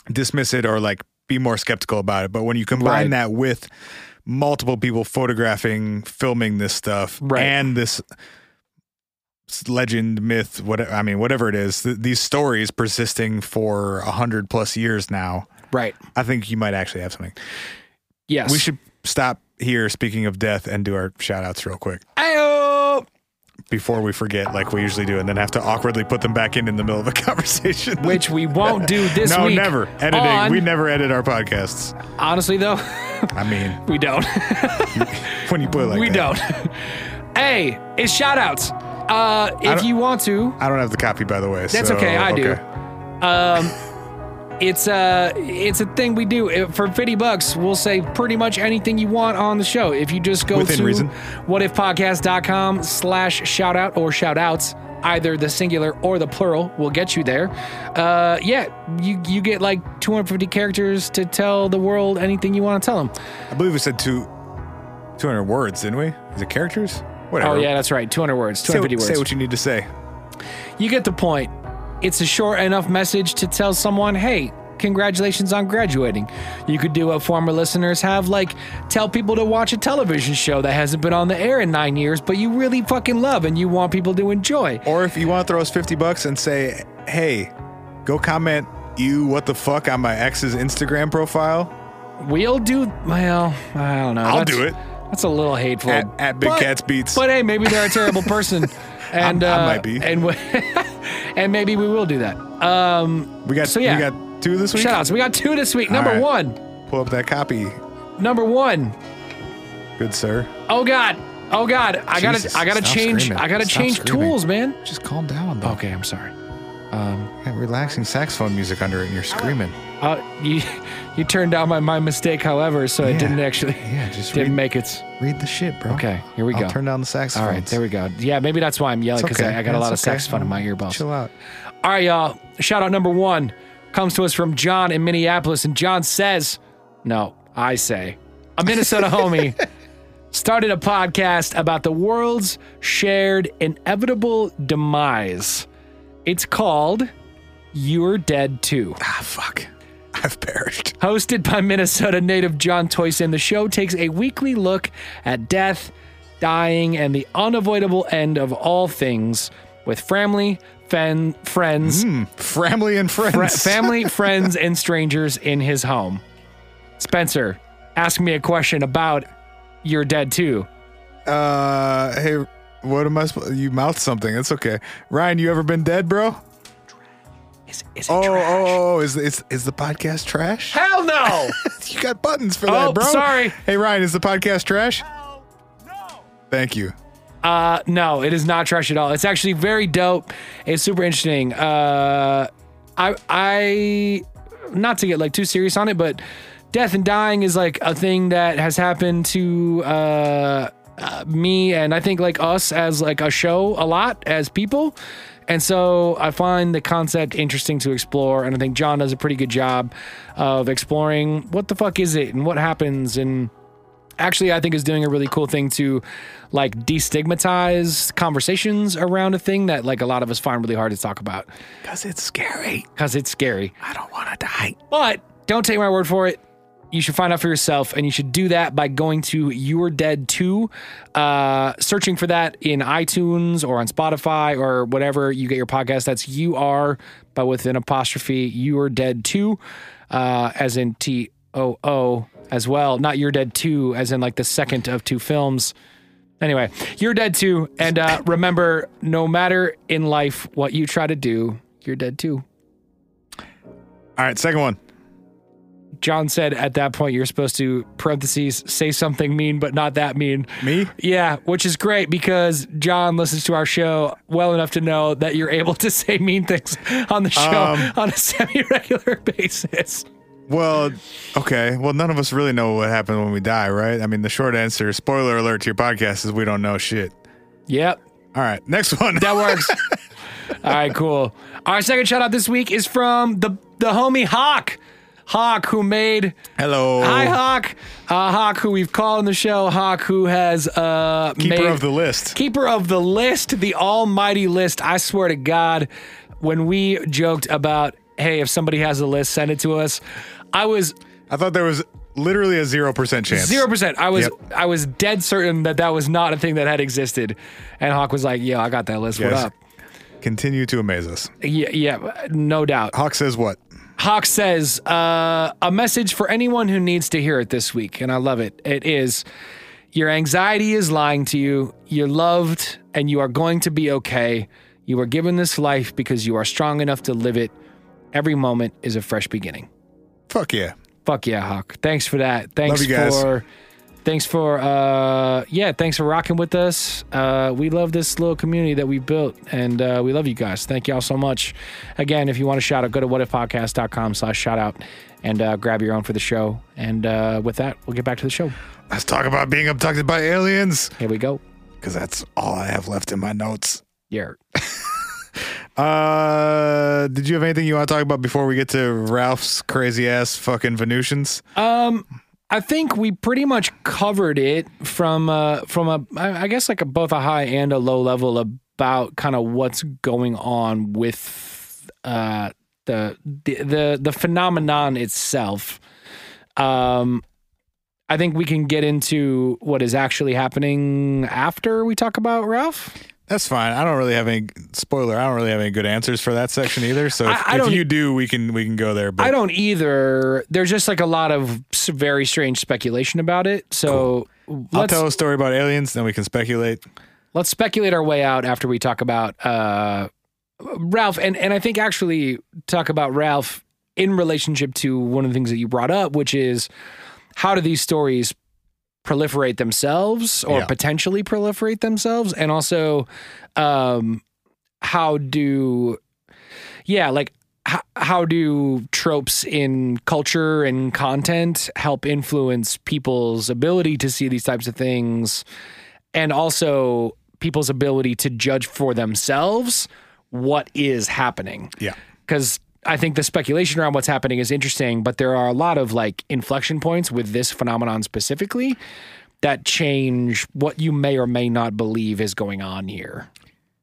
dismiss it or like be more skeptical about it. But when you combine Right. that with multiple people photographing, filming this stuff, Right. and this legend, myth, whatever I mean, whatever it is, th- these stories persisting for a hundred plus years now, right. I think you might actually have something. Yes. We should stop here speaking of death and do our shout outs real quick Ayo! before we forget like we usually do and then have to awkwardly put them back in in the middle of a conversation. which we won't do this no, week. never. Editing. on- We never edit our podcasts. honestly though, I mean, we don't. when you put it like we that. don't. hey, it's shout outs. Uh, if don't- you want to, I don't have the copy by the way. That's so- okay, I do. it's a it's a thing we do If- for 50 bucks we'll say pretty much anything you want on the show if you just go Within to reason. whatifpodcast.com slash shout out or shout outs either the singular or the plural will get you there uh yeah you you get like 250 characters to tell the world anything you want to tell them I believe we said two 200 words, didn't we? Is it characters? Whatever. oh yeah that's right 200 words Say, 250 words say what you need to say. you get the point. It's a short enough message to tell someone, hey, congratulations on graduating. You could do what former listeners have, like tell people to watch a television show that hasn't been on the air in nine years, but you really fucking love and you want people to enjoy. Or if you want to throw us 50 bucks and say, hey, go comment you what the fuck on my ex's Instagram profile. We'll do, well, I don't know. I'll That's- do it. That's a little hateful. At, at Big But- Cats Beats. But hey, maybe they're a terrible person. And I uh, might be. And, we- and maybe we will do that. Um, we got so yeah. we got two this week. shout outs. We got two this week. All Number right. one. Pull up that copy, Number one. good sir. Oh God. Oh God. I Jesus, gotta I gotta stop change screaming. I gotta Stop change screaming. tools, man. Just calm down. Okay, I'm sorry. That relaxing saxophone music under it, and you're screaming. Uh, you you turned down my, my mistake, however, so Yeah. it didn't actually Yeah, just didn't read- make it. Read the shit, bro. Okay, here we I'll go. turn down the All saxophone. right, there we go. Yeah, maybe that's why I'm yelling because I, I got a lot of saxophone in my earbuds. Chill out. All right, y'all. Shout out number one comes to us from John in Minneapolis, and John says, "No, I say, a Minnesota homie started a podcast about the world's shared inevitable demise. It's called." You're dead too. Ah, fuck. I've perished. Hosted by Minnesota native John Toyson, the show takes a weekly look at death, dying, and the unavoidable end of all things with family, fen- friends, Family and friends. fr- family, friends, and strangers in his home. Spencer, ask me a question about You're Dead Too. Uh, hey, what am I supposed? You mouthed something. That's okay. Ryan, you ever been dead, bro? Is, is it Oh, trash? oh, oh, is is is the podcast trash? Hell no! you got buttons for Oh, that, bro. sorry. Hey, Ryan, is the podcast trash? No! Thank you. Uh, no, it is not trash at all. It's actually very dope. It's super interesting. Uh, I, I, not to get like too serious on it, but death and dying is like a thing that has happened to uh, uh, me and I think like us as like a show a lot as people. And so I find the concept interesting to explore, and I think John does a pretty good job of exploring what the fuck is it and what happens and actually I think is doing a really cool thing to like destigmatize conversations around a thing that like a lot of us find really hard to talk about Cause it's scary. because it's scary. I don't want to die. But don't take my word for it. You should find out for yourself, and you should do that by going to You're Dead 2, uh, searching for that in iTunes or on Spotify or whatever you get your podcast. That's You Are, but with an apostrophe, You're Dead 2, uh, as in T O O as well. Not You're Dead 2, as in like the second of two films. Anyway, You're Dead 2. And uh, remember, no matter in life what you try to do, you're dead too. All right, second one. John said at that point you're supposed to parentheses say something mean but not that mean. Me? Yeah, which is great because John listens to our show well enough to know that you're able to say mean things on the show Um, on a semi-regular basis. Well, okay. Well, none of us really know what happens when we die, right? I mean, the short answer, spoiler alert to your podcast, is we don't know shit. Yep, All right, next one. that works. All right, cool. Our second shout out this week is from the the homie Hawk. Hawk who made Hello. Hi Hawk. Uh, Hawk who we've called on the show, Hawk who has uh Keeper made of the list. Keeper of the list, the almighty list. I swear to God, when we joked about, hey, if somebody has a list, send it to us. I was I thought there was literally a zero percent chance. zero percent. I was Yep. I was dead certain that that was not a thing that had existed. And Hawk was like, "Yo, I got that list. What Yes. up?" Continue to amaze us. Yeah, yeah, no doubt. Hawk says what? Hawk says, uh, a message for anyone who needs to hear it this week. And I love it. It is your anxiety is lying to you. You're loved and you are going to be okay. You are given this life because you are strong enough to live it. Every moment is a fresh beginning. Fuck yeah. Fuck yeah, Hawk. Thanks for that. Thanks Love you guys. for thanks for uh yeah, thanks for rocking with us. Uh we love this little community that we built and uh we love you guys. Thank y'all so much. Again, if you want to shout out, go to whatifpodcast.com slash shout out and uh grab your own for the show. And uh with that, we'll get back to the show. Let's talk about being abducted by aliens Here we go. because that's all I have left in my notes. Yeah. Uh, did you have anything you want to talk about before we get to Ralph's crazy ass fucking Venusians? I think we pretty much covered it from uh from a I I guess like a both a high and a low level about kind of what's going on with uh the the the, the phenomenon itself. Um I think we can get into what is actually happening after we talk about Ralph. That's fine. I don't really have any spoiler. I don't really have any good answers for that section either. So if, I- I if don't- e- you do, we can we can go there. But I don't either. There's just like a lot of s- very strange speculation about it. So I'll let's tell a story about aliens, then we can speculate. let's speculate our way out after we talk about uh, Ralph, and and I think actually talk about Ralph in relationship to one of the things that you brought up, which is how do these stories proliferate themselves or Yeah. potentially proliferate themselves, and also um, how do yeah, like h- how do tropes in culture and content help influence people's ability to see these types of things and also people's ability to judge for themselves what is happening? Yeah. because I think the speculation around what's happening is interesting, but there are a lot of like inflection points with this phenomenon specifically that change what you may or may not believe is going on here.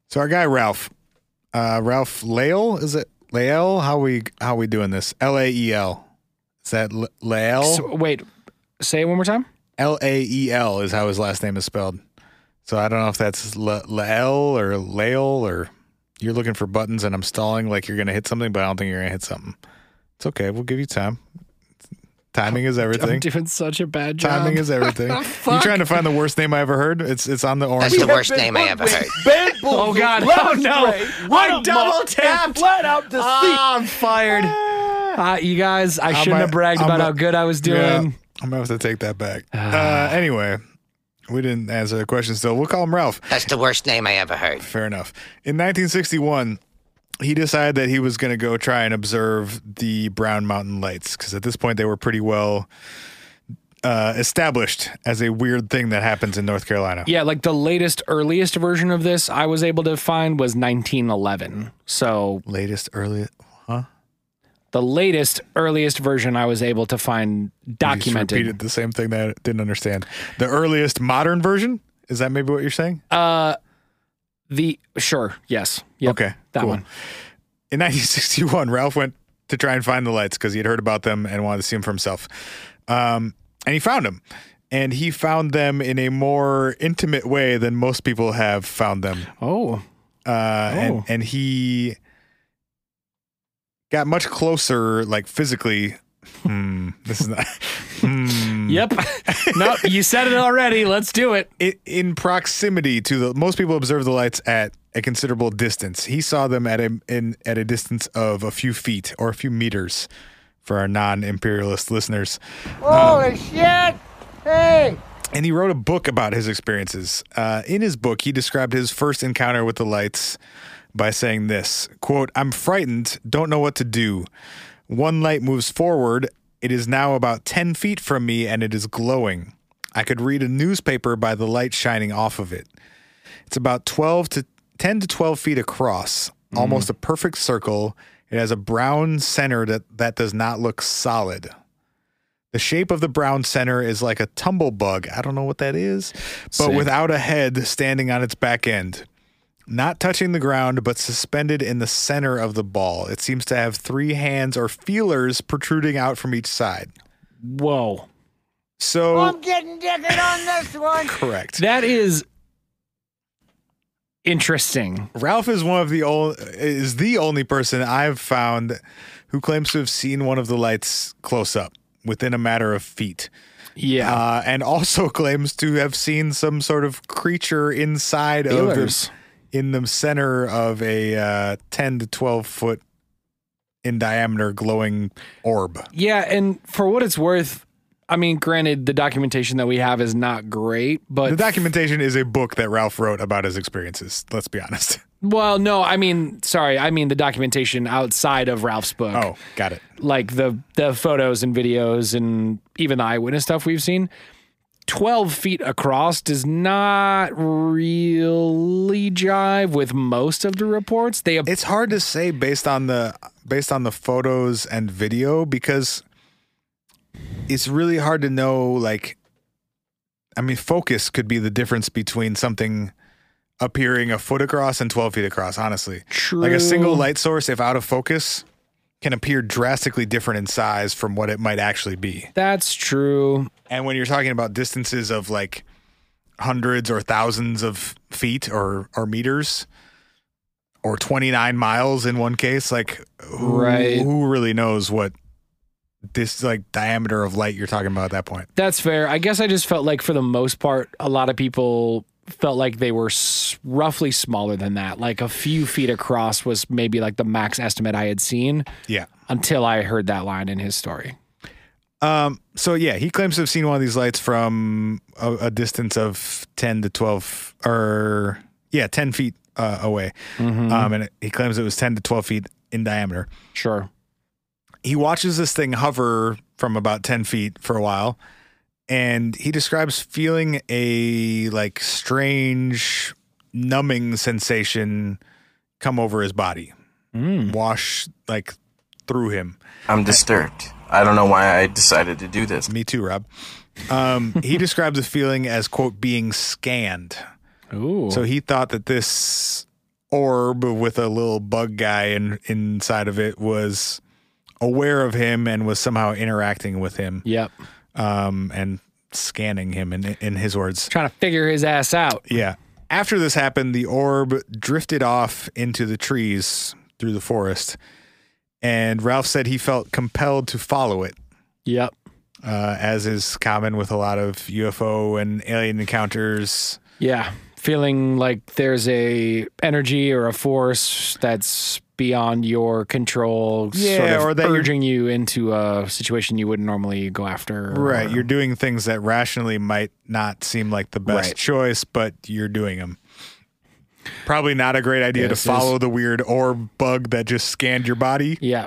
So our guy Ralph, uh, Ralph Lael, is it Lael? How we how we doing this? L A E L. Is that L- Lael? So, wait, say it one more time. L A E L is how his last name is spelled. So I don't know if that's La- Lael or Lael or you're looking for buttons and I'm stalling like you're gonna hit something, but I don't think you're gonna hit something. It's okay. We'll give you time. Timing is I'm everything. doing such a bad job. Timing is everything. you trying to find the worst name I ever heard? It's it's on the orange. That's the worst name I ever heard. Bad boys Oh, God. left Oh, no. astray, I right amok, double and tapped. Flat out deceit. Ah, I'm fired. Uh, you guys, I shouldn't a- have bragged Ah. I'm about a- how good I was doing. I'm gonna have to take that back. Uh, anyway, we didn't answer the question still. We'll call him Ralph. That's the worst name I ever heard. Fair enough. In 1961, he decided that he was going to go try and observe the Brown Mountain Lights because at this point they were pretty well uh, established as a weird thing that happens in North Carolina. Yeah, like the latest, earliest version of this I was able to find was 1911. So Latest, oh, early. the latest, earliest version I was able to find you just documented. repeated the same thing that I didn't understand. The earliest modern version? Is that maybe what you're saying? Uh, the sure, yes, yep, Okay, that cool. one. In 1961, Ralph went to try and find the lights because he had heard about them and wanted to see them for himself. Um, and he found them. And he found them in a more intimate way than most people have found them. Oh, Uh, and, Oh. and he got much closer, like physically. Hmm, this is not. Hmm. Mm. yep. nope, you said it already. Let's do it. I in proximity to the most people observe the lights at a considerable distance. He saw them at a in at a distance of a few feet or a few meters for our non-imperialist listeners. Um, Holy shit! Hey! And he wrote a book about his experiences. Uh, in his book, he described his first encounter with the lights by saying this quote, I'm frightened, don't know what to do. One light moves forward. It is now about 10 feet from me and it is glowing. I could read a newspaper by the light shining off of it. It's about 12 to 10 to 12 feet across, almost a perfect circle. It has a brown center that, that does not look solid. The shape of the brown center is like a tumble bug. I don't know what that is, but Sick. without a head standing on its back end. Not touching the ground, but suspended in the center of the ball. It seems to have three hands or feelers protruding out from each side. Whoa, So, I'm getting dicked on this one. correct. that is interesting. Ralph is one of the ol is the only person I've found who claims to have seen one of the lights close up within a matter of feet. Yeah, Uh, and also claims to have seen some sort of creature inside Feelers. of the, in the center of a uh, 10 to 12 foot in diameter glowing orb. yeah, and for what it's worth. I mean, granted, the documentation that we have is not great, but The documentation is a book that Ralph wrote about his experiences. Let's be honest. Well, no, I mean, sorry, I mean the documentation outside of Ralph's book, Oh, got it. like the the photos and videos and even the eyewitness stuff we've seen. Twelve feet across does not really jive with most of the reports. They ap- It's hard to say based on the based on the photos and video because it's really hard to know like I mean focus could be the difference between something appearing a foot across and 12 feet across honestly. true, Like a single light source if out of focus can appear drastically different in size from what it might actually be. That's true. And when you're talking about distances of like hundreds or thousands of feet or or meters or 29 miles in one case, like who, Right. who really knows what this like diameter of light you're talking about at that point? That's fair. I guess I just felt like for the most part, a lot of people felt like they were s- roughly smaller than that. Like a few feet across was maybe like the max estimate I had seen. Yeah. Until I heard that line in his story. Um so yeah, he claims to have seen one of these lights from a, a distance of 10 to 12 or yeah, 10 feet uh, away, um, and it, he claims it was ten to twelve feet in diameter. Sure. He watches this thing hover from about ten feet for a while, and he describes feeling a like strange numbing sensation come over his body, wash like through him. I'm disturbed. I don't know why I decided to do this. Me too, Rob. Um, he describes the feeling as quote being scanned. Ooh. So he thought that this orb with a little bug guy in, inside of it was aware of him and was somehow interacting with him yep. um, and scanning him in, in his words. Trying to figure his ass out. Yeah. After this happened, the orb drifted off into the trees through the forest. And Ralph said he felt compelled to follow it, Yep. uh, as is common with a lot of UFO and alien encounters. Yeah. Feeling like there's a energy or a force that's beyond your control, Yeah, sort of or that you're- urging you into a situation you wouldn't normally go after. Right. or- You're doing things that rationally might not seem like the best Right. choice, but you're doing them. Probably not a great idea This to follow the weird orb bug that just scanned your body, yeah.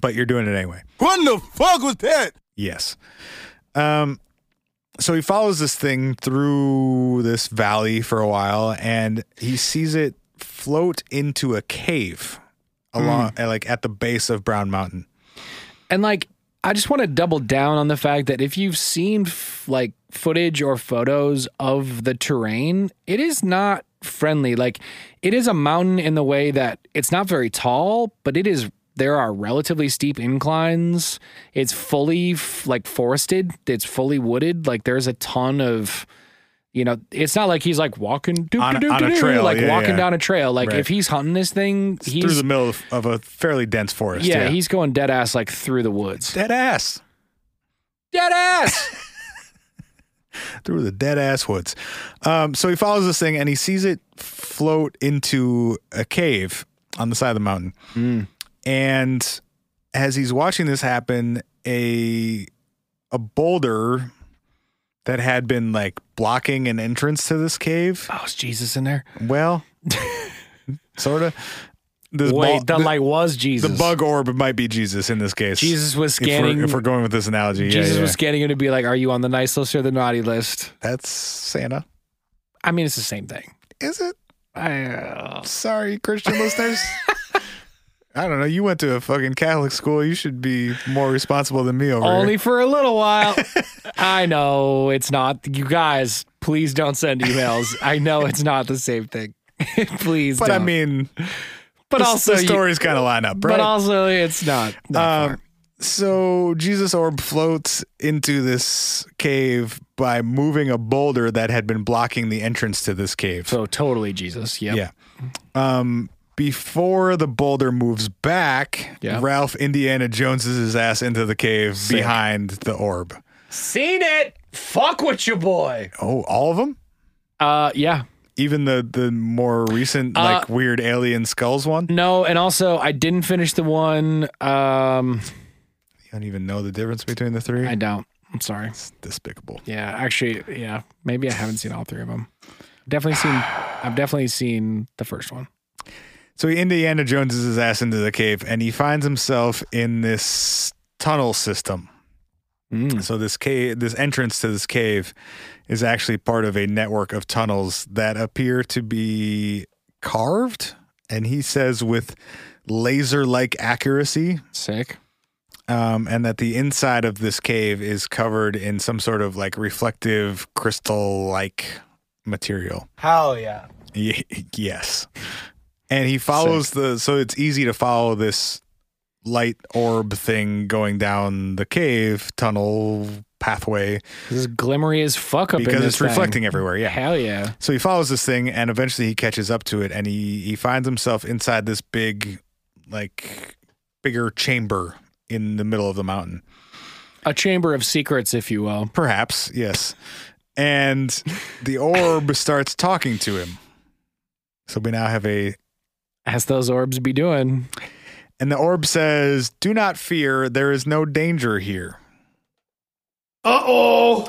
but you're doing it anyway. What in the fuck was that? Yes. Um, so he follows this thing through this valley for a while, and he sees it float into a cave along, like at the base of Brown Mountain. And like, I just want to double down on the fact that if you've seen f- like footage or photos of the terrain, it is not friendly. Like, it is a mountain in the way that it's not very tall, but it is. There are relatively steep inclines. It's fully f- like forested. It's fully wooded. Like there's a ton of, you know, it's not like he's like walking On a- on a doo-doo-doo-doo, trail, like yeah, walking yeah. down a trail. Like Right. if he's hunting this thing, It's through he's the middle of, of a fairly dense forest. yeah, he's going dead ass like through the woods. dead ass. Dead ass. through the dead ass woods. Um, so he follows this thing and he sees it float into a cave on the side of the mountain. Hmm. And as he's watching this happen, a a boulder that had been like blocking an entrance to this cave. Oh, is Jesus in there? Well, sort of. This Wait, bu- the, light was the Jesus. bug orb might be Jesus in this case. Jesus was If we're- If scanning. we're, going with this analogy, yeah, Jesus yeah. was scanning him to be like, "Are you on the nice list or the naughty list?" That's Santa. I mean, it's the same thing. Is it? I, uh, Sorry, Christian listeners. I don't know. You went to a fucking Catholic school. You should be more responsible than me over only here. for a little while. I know it's not. You guys, please don't send emails. I know it's not the same thing. please, But I don't. mean, but the, also, the you- stories kind of line up, right? but also, it's not. Um, not far. so Jesus orb floats into this cave by moving a boulder that had been blocking the entrance to this cave. so Oh, totally Jesus. Yep. Yeah. Um, before the boulder moves back, Yeah. Ralph Indiana Joneses his ass into the cave behind the orb. Seen it. Fuck with your boy. Oh, all of them? Uh, yeah. even the the more recent like weird alien skulls one you No, and also I didn't finish the one. Um, don't even know the difference between the three I don't. I'm sorry. it's despicable Yeah, actually, yeah. Maybe I haven't seen all three of them. Definitely seen. I've definitely seen the first one. so he indiana jones is his ass into the cave and he finds himself in this tunnel system so this cave this entrance to this cave is actually part of a network of tunnels that appear to be carved and he says with laser like accuracy Sick. um, and that the inside of this cave is covered in some sort of like reflective crystal like material. Hell yeah. Y- yes. And he follows the, so it's easy to follow this light orb thing going down the cave tunnel pathway This is glimmery as fuck up in because this it's thing. reflecting everywhere. Yeah. Hell yeah. So he follows this thing and eventually he catches up to it and he, he finds himself inside this big, like, bigger chamber in the middle of the mountain. A chamber of secrets, if you will. Perhaps, yes. And the orb starts talking to him. So we now have a. As those orbs be doing. And the orb says, Do not fear, there is no danger here. Uh oh.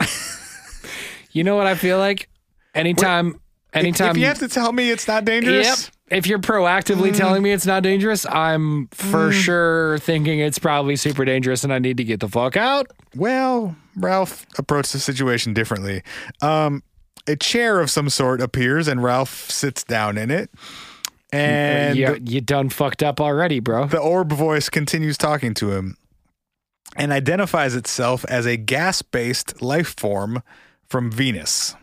you know what I feel like? Anytime Anytime if you have to tell me it's not dangerous, Hmm. Yep. If you're proactively telling me it's not dangerous, I'm for sure thinking it's probably super dangerous and I need to get the fuck out. Well, Ralph approached the situation differently. Um, a chair of some sort appears, and Ralph sits down in it. uh, And you, you done fucked up already, bro. the orb voice continues talking to him and identifies itself as a gas based life form from Venus.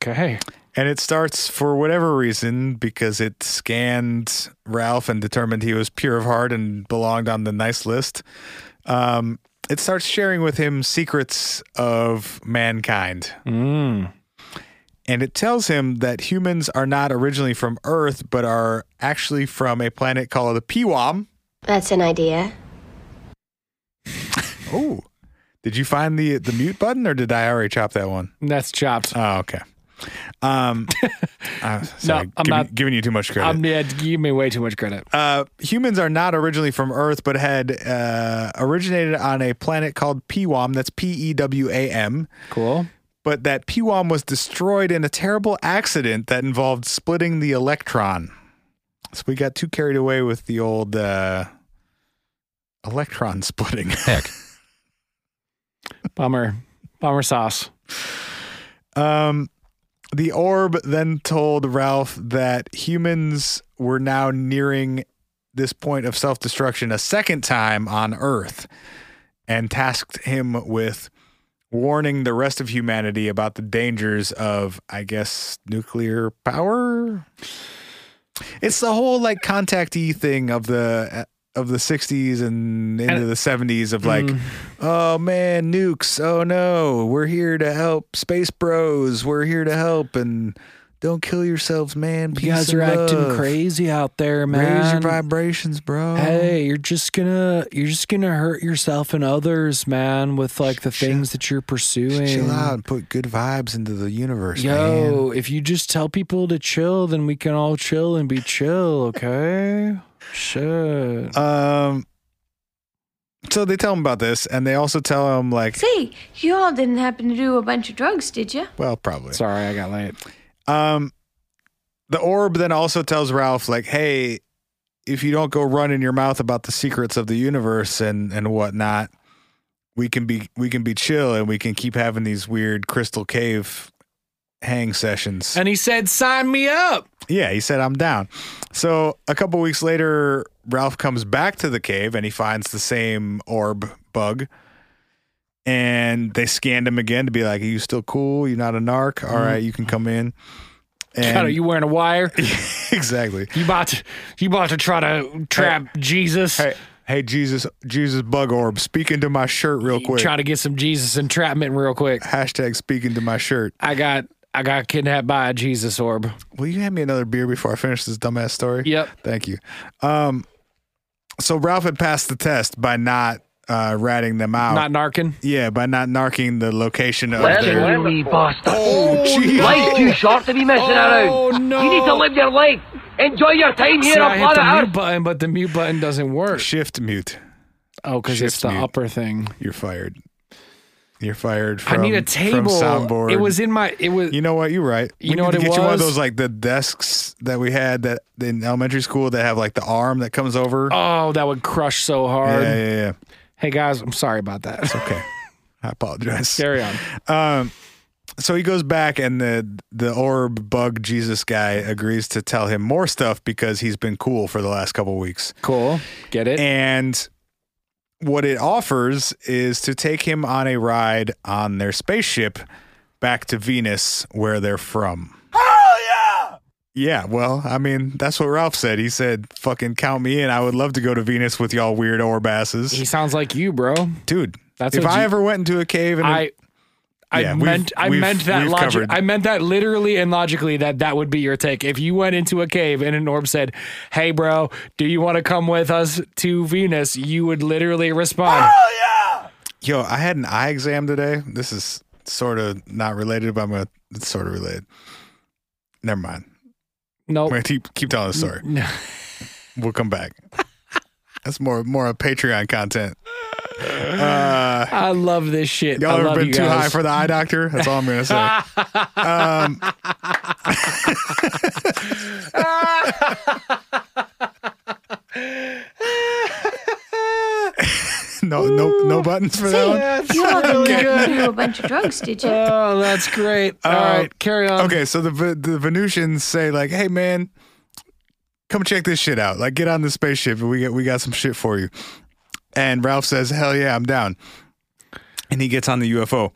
Okay. And it starts for whatever reason because it scanned Ralph and determined he was pure of heart and belonged on the nice list. Um, it starts sharing with him secrets of mankind. Mm. And it tells him that humans are not originally from Earth, but are actually from a planet called the Piwam. That's an idea. Oh, did you find the the mute button, or did I already chop that one? That's chopped. Oh, okay. Um, uh, sorry, I'm giving, not- giving you too much credit. I'm, Um, yeah, give me way too much credit. uh, humans are not originally from Earth, but had uh, originated on a planet called Pewam. That's P E W A M. Cool. But that Pewam was destroyed in a terrible accident that involved splitting the electron. So we got too carried away with the old uh, electron splitting. Heck. Bummer. Bummer sauce. Um, the orb then told Ralph that humans were now nearing this point of self destruction a second time on Earth and tasked him with warning the rest of humanity about the dangers of, I guess, nuclear power. It's the whole like contactee thing of the uh, of the 60s and into the 70s of like Mm. oh man nukes oh no we're here to help space bros we're here to help and don't kill yourselves man Peace You guys are and acting love. crazy out there, man. raise your vibrations bro Hey, you're just gonna you're just gonna hurt yourself and others, man, with like the things that you're pursuing. chill out and put good vibes into the universe man. Yo, if you just tell people to chill, then we can all chill and be chill, okay? Shit. Um, so they tell him about this, and they also tell him like, Say, you all didn't happen to do a bunch of drugs, did you? well, probably. Sorry, I got late. Um, the orb then also tells Ralph like, hey, if you don't go running your mouth about the secrets of the universe and and whatnot, we can be we can be chill and we can keep having these weird crystal cave hang sessions. And he said, "Sign me up." Yeah, he said, I'm down. So a couple weeks later, Ralph comes back to the cave and he finds the same orb bug. And they scanned him again to be like, Are you still cool? You're not a narc? All right, you can come in. And God, are you wearing a wire? exactly. You about to you about to try to trap Jesus? Hey, hey, Jesus, Jesus bug orb, speak into my shirt real quick. Try to get some Jesus entrapment real quick. Hashtag speak into my shirt. I got I got kidnapped by a Jesus orb. Will you hand me another beer before I finish this dumbass story? Yep. Thank you. Um, so Ralph had passed the test by not uh, ratting them out. Not narkin. Yeah, by not narking the location of their. Wee bastard. Oh, gee. Life's too short to be messing around. Oh, no. You need to live your life. Enjoy your time here See, I on hit the planet mute Earth. button, but the mute button doesn't work. Shift mute. Oh, because it's Shift the mute. upper thing. You're fired. You're fired. From, I need a From table. soundboard. It was in my. It was. You know what? You're right. You we know need what to it get you one of was? those like the desks that we had that in elementary school that have like the arm that comes over. oh, that would crush so yeah, hard. yeah, yeah. Hey guys, I'm sorry about that. Okay. I apologize. Carry on. Um, so he goes back, and the the orb bug Jesus guy agrees to tell him more stuff because he's been cool for the last couple weeks. Cool. Get it? And what it offers is to take him on a ride on their spaceship back to Venus, where they're from. Yeah, well, I mean, that's what Ralph said. He said, fucking count me in. I would love to go to Venus with y'all weird orb asses. he sounds like you, bro. Dude, That's if what I you- ever went into a cave and I. I Yeah, we've- meant I we've- meant that we've logic. covered- I meant that literally and logically that that would be your take. If you went into a cave and an orb said, "Hey, bro, do you want to come with us to Venus?" You would literally respond, Yo, I had an eye exam today. This is sort of not related, but I'm gonna it's sort of related. Never mind. "Nope." I'm gonna keep keep telling the story. No. We'll come back. That's more more of Patreon content. Uh, I love this shit. y'all I ever love been you too guys. high for the eye doctor? That's all I'm gonna say. um, No, no, no buttons for that one. That's You all didn't really happen to good. do a bunch of drugs, did you? Oh, that's great. All right, carry on. Okay, so the Ve- the Venusians say like, "Hey man, come check this shit out. Like, get on the spaceship. and We got we got some shit for you." And Ralph says, "Hell yeah, I'm down." And he gets on the UFO.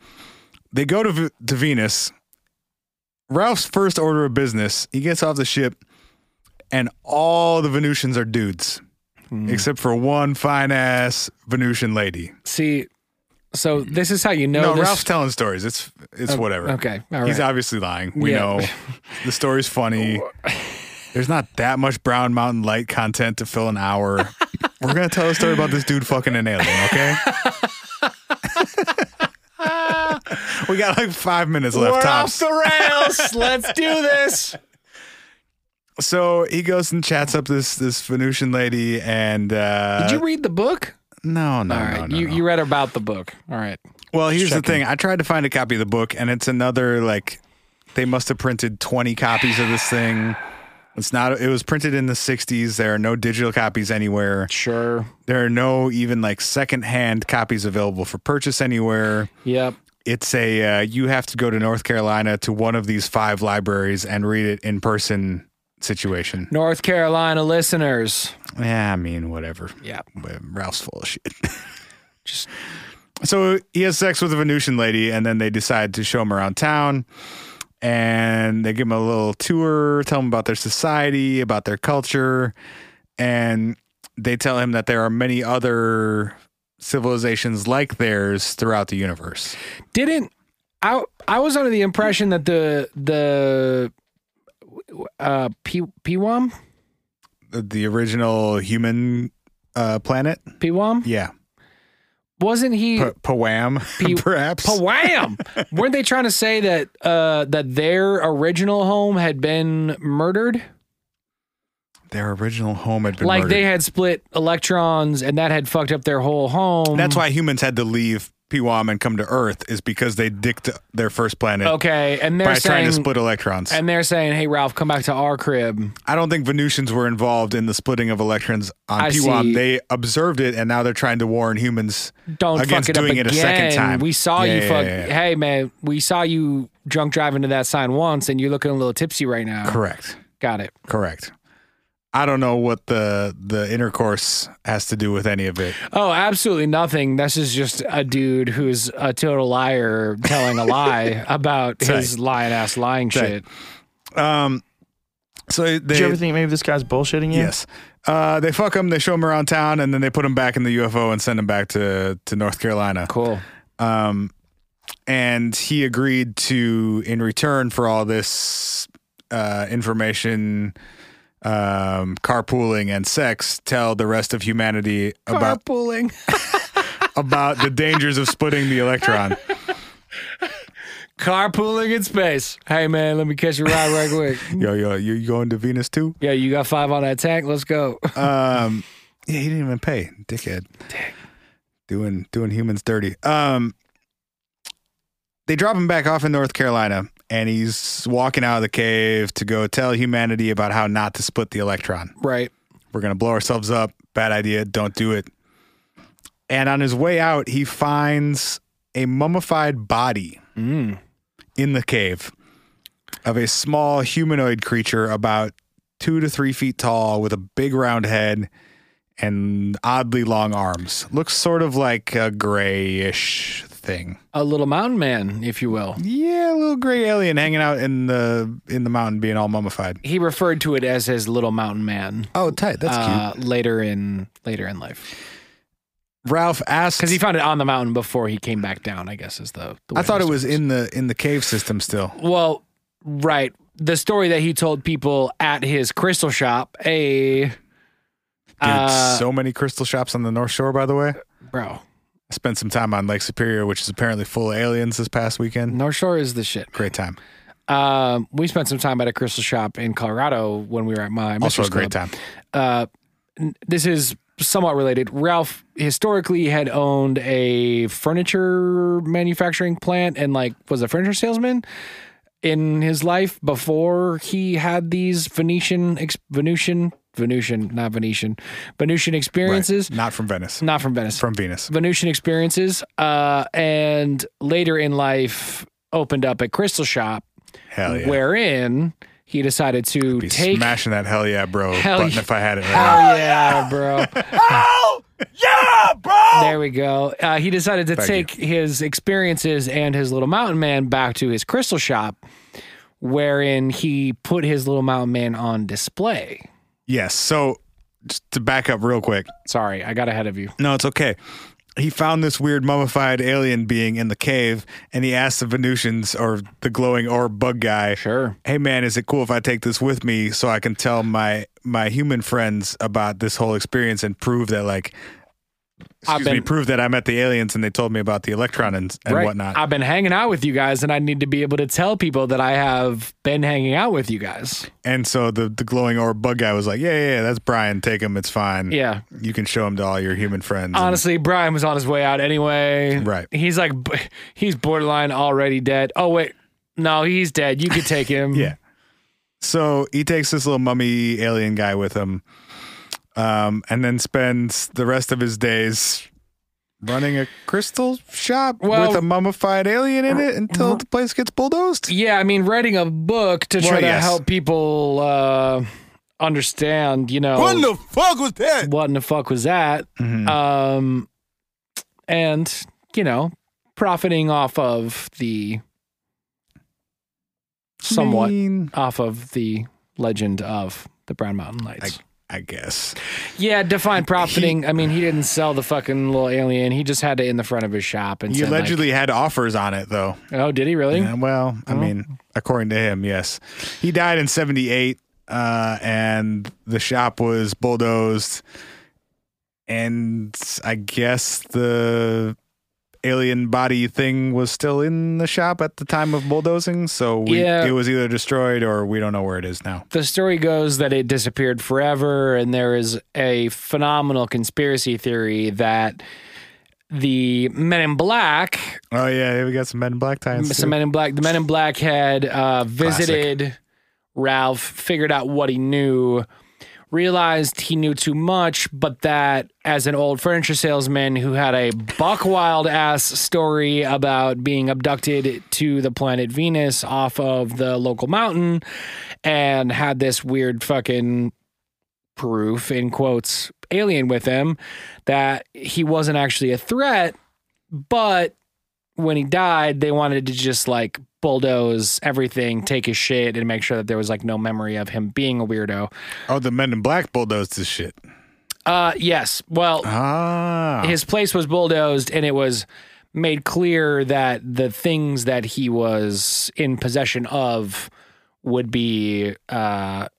They go to v- to Venus. Ralph's first order of business. He gets off the ship, and all the Venusians are dudes, except for one fine ass Venusian lady. See, so this is how you know No, this. Oh, Ralph's telling stories. It's it's whatever. okay, all He's right. obviously lying. We Yeah. know the story's funny. There's not that much Brown Mountain Light content to fill an hour. We're gonna tell a story about this dude fucking an alien, okay? we got like five minutes left. We're tops. off the rails. Let's do this. so he goes and chats up this this Venusian lady, and uh, Did you read the book? no, no, All no, right, no, you no. you read about the book. All right. Well, here's the checking. thing. I tried to find a copy of the book, and it's another like they must have printed 20 copies of this thing. It's not. It was printed in the 60s. There are no digital copies anywhere. Sure. There are no even like secondhand copies available for purchase anywhere. Yep. It's a uh, you have to go to North Carolina to one of these five libraries and read it in person situation. North Carolina listeners. Yeah, I mean whatever. Yeah. But Ralph's full of shit. Just- so he has sex with a Venusian lady, and then they decide to show him around town. And they give him a little tour, tell him about their society, about their culture, and they tell him that there are many other civilizations like theirs throughout the universe. Didn't I? I was under the impression that the the uh P Pwam The- The original human uh, planet, Pwam yeah, wasn't he P- Pawam, P- perhaps. Pwam? Weren't they trying to say that uh that their original home had been murdered? their original home had been like murdered. they had split electrons and that had fucked up their whole home. That's why humans had to leave Piwam and come to Earth is because they dicked their first planet Okay, and they're by trying saying to split electrons. and they're saying, "Hey Ralph, come back to our crib." I don't think Venusians were involved in the splitting of electrons on I Piwam. see. They observed it, and now they're trying to warn humans. Don't Against fuck it doing it up a second again. time. We saw Yeah, you yeah, fuck. yeah, yeah. Hey man, we saw you drunk driving to that sign once, and you're looking a little tipsy right now. Correct. Got it. Correct. I don't know what the the intercourse has to do with any of it. Oh, absolutely nothing. This is just a dude who's a total liar telling a lie about his lying ass lying shit. Um, so they Did you ever think maybe this guy's bullshitting you? Yes. Uh, they fuck him. They show him around town, and then they put him back in the UFO and send him back to to North Carolina. Cool. Um, and he agreed to, in return for all this uh, information, um, carpooling and sex, tell the rest of humanity about Carpooling. about the dangers of splitting the electron. Carpooling in space. Hey man, let me catch you ride right quick. Yo, yo, you you going to Venus too? Yeah, you got five on that tank. Let's go. Um, yeah, he didn't even pay, dickhead. Doing doing humans dirty. Um, they drop him back off in North Carolina, and he's walking out of the cave to go tell humanity about how not to split the electron. right. We're gonna blow ourselves up. Bad idea. Don't do it. And on his way out, he finds a mummified body Mm. in the cave of a small humanoid creature about two to three feet tall with a big round head and oddly long arms. Looks sort of like a grayish thing. A little mountain man, if you will. Yeah, a little gray alien hanging out in the in the mountain being all mummified. He referred to it as his little mountain man. Oh, tight. That's uh, Later in later in life, cute. Ralph asks because he found it on the mountain before he came back down. I guess is the. the I way thought the it was story in the in the cave system still. goes. Well, right. The story that he told people at his crystal shop. A. Dude, Uh, so many crystal shops on the North Shore, by the way. I bro, spent some time on Lake Superior, which is apparently full of aliens this past weekend. North Shore is the shit. Great time. Um, we spent some time at a crystal shop in Colorado when we were at my Also mistress a great club. time. uh, n- this is somewhat related. Ralph historically had owned a furniture manufacturing plant and like was a furniture salesman. in his life before he had these Venetian, ex- Venusian, Venusian, not Venetian, Venusian experiences. Not from Venice. Not from Venice. From Venus. Venusian experiences, uh, and later in life opened up a crystal shop, Hell Oh, yeah. wherein he decided to Be take. smashing that hell yeah, bro Hell button yeah. if I had it right. Hell yeah, bro! Oh, yeah, bro. There we go. Uh, he decided to Thank take his experiences and his little mountain man back to his crystal shop, wherein he put his little mountain man on display. Yes. So just to back up real quick. Sorry, I got ahead of you. No, it's okay. He found this weird mummified alien being in the cave and he asked the Venusians or the glowing orb bug guy, Sure. Hey man, is it cool if I take this with me so I can tell my my human friends about this whole experience and prove that like I've excuse me, been- prove that I met the aliens and they told me about the electron and, and whatnot. I've been hanging out with you guys, and I need to be able to tell people that I have been hanging out with you guys. and so the, the glowing orb bug guy was like, Yeah, yeah, yeah, that's Brian. Take him, it's fine. Yeah. You can show him to all your human friends. And- Honestly, Brian was on his way out anyway. Mm. Right. He's like, he's borderline already dead. Oh, wait. No, he's dead. You could take him. Yeah. So he takes this little mummy alien guy with him, um, and then spends the rest of his days running a crystal shop Well- with a mummified alien in it until the place gets bulldozed. Yeah. I mean, writing a book to try Well, to yes. help people uh, understand, you know, What the fuck was that? what in the fuck was that? Mm-hmm. Um, and, you know, profiting off of the somewhat. I mean, off of the legend of the Brown Mountain Lights. I guess. yeah, define profiting. I mean, he didn't sell the fucking little alien. He just had it in the front of his shop and He said, like, allegedly had offers on it, though. oh, did he really? Yeah, well, I Oh. mean, according to him, yes. He died in 78, uh, and the shop was bulldozed. And I guess the alien body thing was still in the shop at the time of bulldozing. So we, Yeah. it was either destroyed or we don't know where it is now. The story goes that it disappeared forever, and there is a phenomenal conspiracy theory that the Men in Black Oh, yeah. We got some men in black ties. some too. men in black. The men in black had uh, visited Ralph, figured out what he knew, realized he knew too much, but that as an old furniture salesman who had a buck wild ass story about being abducted to the planet Venus off of the local mountain and had this weird fucking proof in quotes alien with him that he wasn't actually a threat but when he died, they wanted to just like bulldoze everything, take his shit, and make sure that there was like no memory of him being a weirdo. oh, the men in black bulldozed this shit. Uh, yes. Well, Ah. his place was bulldozed, and it was made clear that the things that he was in possession of would be uh,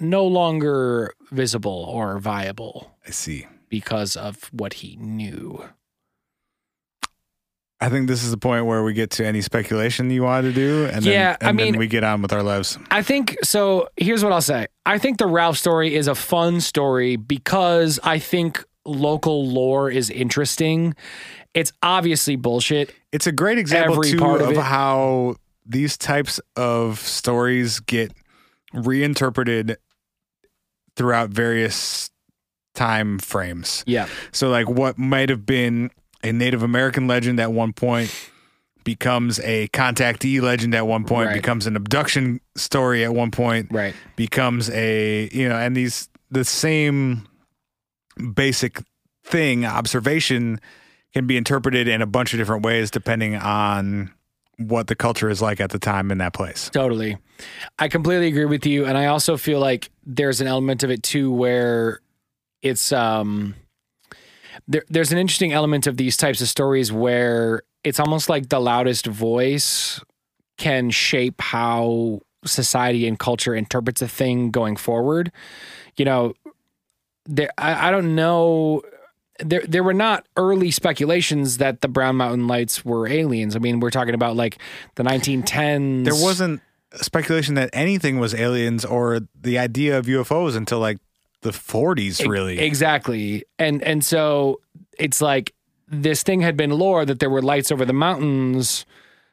no longer visible or viable I see. because of what he knew. I think this is the point where we get to any speculation you wanted to do, and Yeah, then, and I mean- then we get on with our lives. I think so. Here's what I'll say. I think the Ralph story is a fun story because I think local lore is interesting. It's obviously bullshit. it's a great example Every too part of of, it. how these types of stories get reinterpreted throughout various time frames. Yeah. So like what might have been a Native American legend at one point becomes a contactee legend at one point, Right. becomes an abduction story at one point, Right. becomes a you know, and these the same basic thing observation can be interpreted in a bunch of different ways depending on what the culture is like at the time in that place. Totally. I completely agree with you. And I also feel like there's an element of it too where it's um there, there's an interesting element of these types of stories where it's almost like the loudest voice can shape how society and culture interprets a thing going forward. You know, there I, I don't know there there were not early speculations that the Brown Mountain Lights were aliens. I mean, we're talking about like the 1910s. There wasn't speculation that anything was aliens or the idea of UFOs until like the 40s Ex- really. exactly and and so it's like this thing had been lore that there were lights over the mountains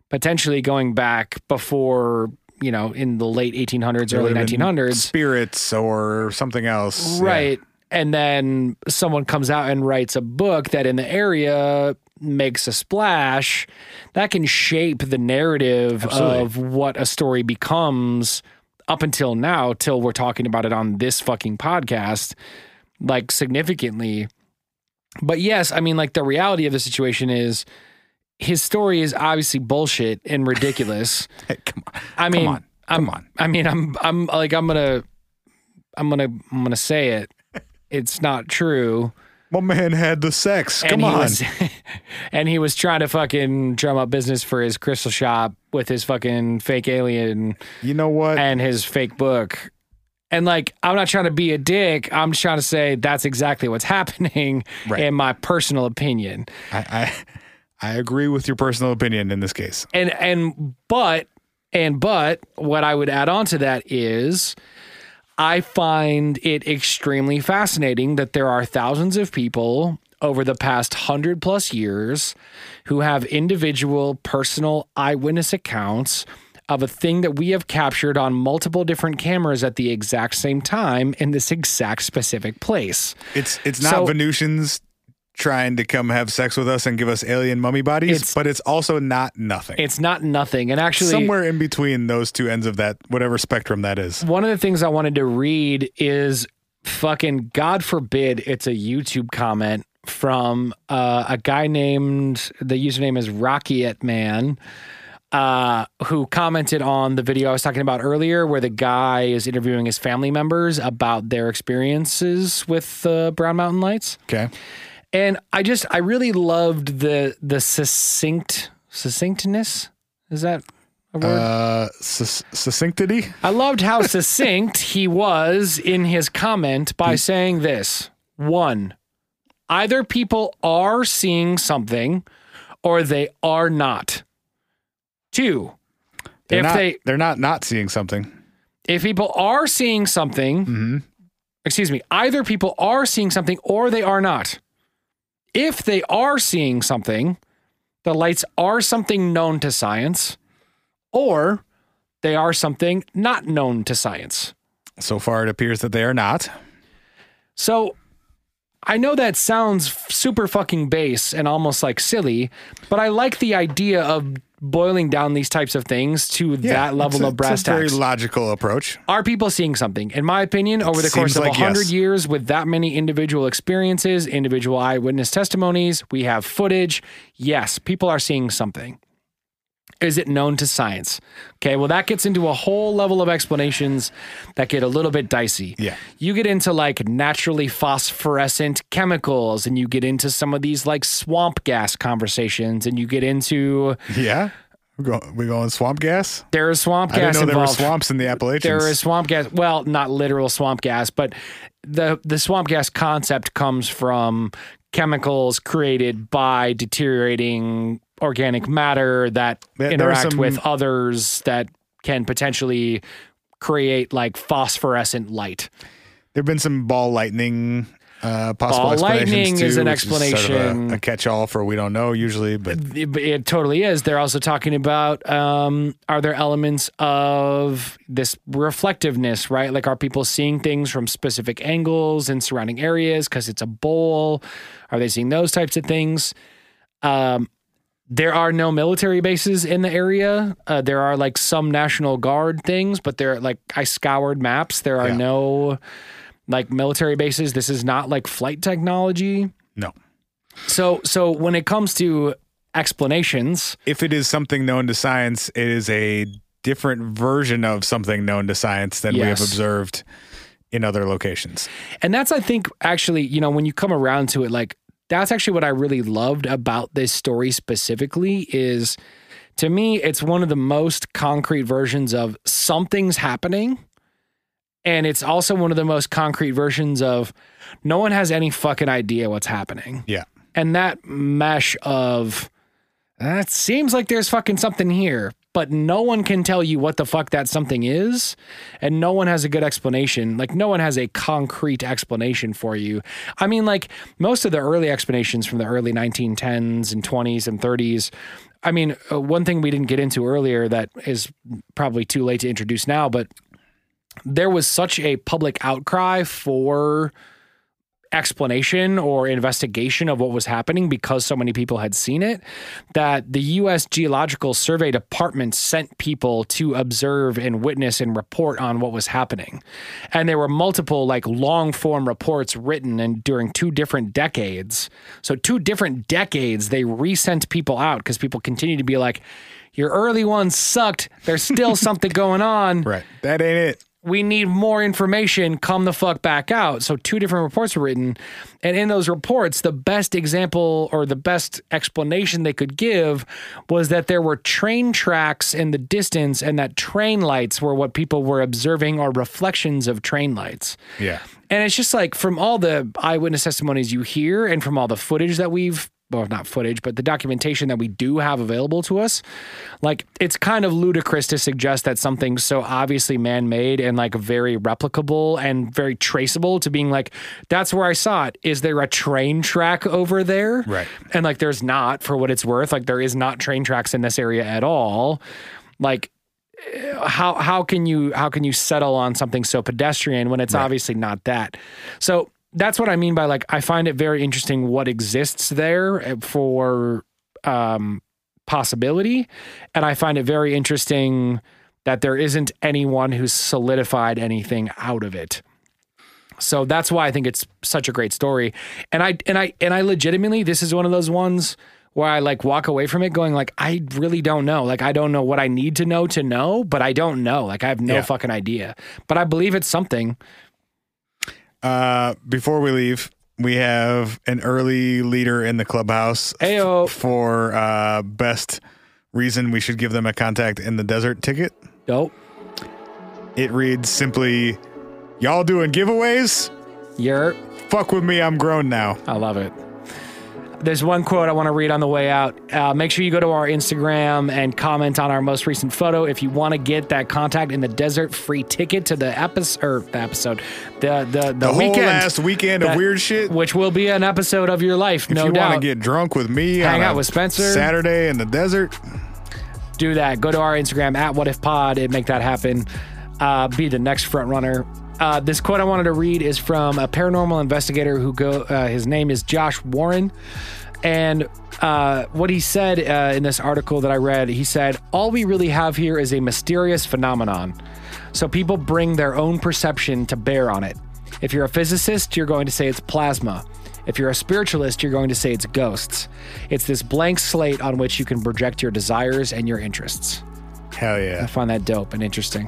potentially going back before you know in the late 1800s, early Would've been 1900s, Spirits or something else. Yeah. right? And then someone comes out and writes a book that in the area makes a splash that can shape the narrative of what a story becomes up until now till we're talking about it on this fucking podcast like significantly but yes, I mean, like the reality of the situation is his story is obviously bullshit and ridiculous. Hey, come on. I mean, on. I'm, Come on. I mean, I'm, I'm like, I'm gonna, I'm gonna, I'm gonna say it. It's not true. My man had the sex. Come and on. He was, and he was trying to fucking drum up business for his crystal shop with his fucking fake alien you know what? and his fake book. And like, I'm not trying to be a dick. I'm just trying to say that's exactly what's happening Right. in my personal opinion. I, I I agree with your personal opinion in this case. and and but and but what I would add on to that is I find it extremely fascinating that there are thousands of people over the past 100 plus years who have individual personal eyewitness accounts of a thing that we have captured on multiple different cameras at the exact same time in this exact specific place. It's it's not So- Venusians trying to come have sex with us and give us alien mummy bodies, It's- but it's also not nothing. It's not nothing. And actually Somewhere in between those two ends of that whatever spectrum that is. one of the things I wanted to read is fucking God forbid it's a YouTube comment from uh, a guy named the username is Rocket Man. Uh, who commented on the video I was talking about earlier, where the guy is interviewing his family members about their experiences with the Brown Mountain Lights? Okay. and I just I really loved the the succinct succinctness. Is that a word? Uh sus- succinctity? I loved how succinct he was in his comment by saying this. One, either people are seeing something or they are not. Two, They're if not, they they're not not seeing something. if people are seeing something, excuse me, either people are seeing something or they are not. If they are seeing something, the lights are something known to science, or they are something not known to science. So far it appears that they are not. So I know that sounds f- super fucking base and almost like silly, but I like the idea of boiling down these types of things to that it's level a- of brass it's a very tacks. logical approach. are people seeing something? In my opinion, over the course seems of a like 100 yes. years with that many individual experiences, individual eyewitness testimonies, we have footage. Yes, people are seeing something. Is it known to science? Okay, well, that gets into a whole level of explanations that get a little bit dicey. Yeah. You get into like naturally phosphorescent chemicals, and you get into some of these like swamp gas conversations, and you get into Yeah. We're going, we going swamp gas? there is swamp I didn't gas know there were involved. swamps in the Appalachians. There is swamp gas. Well, not literal swamp gas, but the the swamp gas concept comes from chemicals created by deteriorating organic matter that There- there are interact some- with others that can potentially create like phosphorescent light. There have been some ball lightning. Uh, possible Ball explanations lightning too, is an which sort of a- explanation. a, catch-all for we don't know usually, but It, it totally is. They're also talking about um, are there elements of this reflectiveness, right? Like, are people seeing things from specific angles and surrounding areas because it's a bowl? Are they seeing those types of things? Um, there are no military bases in the area. Uh, there are like some National Guard things, but they're like, I scoured maps. There are Yeah. no like military bases. This is not like flight technology. no. So so when it comes to explanations, If it is something known to science, it is a different version of something known to science than we have Yes. observed in other locations. and that's I think actually, you know, when you come around to it like that's actually what I really loved about this story specifically is to me it's one of the most concrete versions of something's happening and it's also one of the most concrete versions of no one has any fucking idea what's happening. Yeah. and that mesh of that seems like there's fucking something here but no one can tell you what the fuck that something is and no one has a good explanation like no one has a concrete explanation for you i mean like most of the early explanations from the early 1910s and 20s and 30s I mean, uh, one thing we didn't get into earlier that is probably too late to introduce now, but there was such a public outcry for explanation or investigation of what was happening because so many people had seen it that the US Geological Survey Department sent people to observe and witness and report on what was happening. And there were multiple like long form reports written and during two different decades. So two different decades they resent people out because people continue to be like your early ones sucked. There's still something going on Right. That ain't it. we need more information. Come the fuck back out. So two different reports were written, and in those reports, the best example or the best explanation they could give was that there were train tracks in the distance, and that train lights were what people were observing or reflections of train lights. Yeah. And it's just like from all the eyewitness testimonies you hear and from all the footage that we've well, not footage, but the documentation that we do have available to us, like it's kind of ludicrous to suggest that something so obviously man made and like very replicable and very traceable to being like, that's where I saw it. Is there a train track over there? Right. And like there's not, for what it's worth, like there is not train tracks in this area at all. Like, eh, how how can you how can you settle on something so pedestrian when it's obviously not that? So that's what I mean by like I find it very interesting what exists there eh, for um, possibility, and I find it very interesting that there isn't anyone who's solidified anything out of it. So that's why I think it's such a great story. And I and I and I legitimately this is one of those ones where I like walk away from it going like I really don't know. Like I don't know what I need to know to know, but I don't know. Like I have no Yeah. fucking idea. But I believe it's something. Uh, before we leave, we have an early leader in the clubhouse f- Ayo. for uh, best reason we should give them a contact in the desert ticket. Nope. It reads simply, "Y'all doing giveaways? You're Fuck with me, I'm grown now." I love it. There's one quote I want to read on the way out. Uh, make sure you go to our Instagram and comment on our most recent photo if you want to get that contact in the desert free ticket to the episode or the episode, the the the, The weekend. whole last weekend That- of weird shit. which will be an episode of your life, if no you doubt. want to get drunk with me, Hang on out a with Spencer. Saturday in the desert. Do that. Go to our Instagram at What If Pod and make that happen. Uh, be the next front runner. Uh, this quote I wanted to read is from a paranormal investigator who go. Uh, his name is Josh Warren. And uh, what he said uh, in this article that I read, he said, All we really have here is a mysterious phenomenon. So people bring their own perception to bear on it. If you're a physicist, you're going to say it's plasma. If you're a spiritualist, you're going to say it's ghosts. It's this blank slate on which you can project your desires and your interests. Hell yeah, I find that dope and interesting.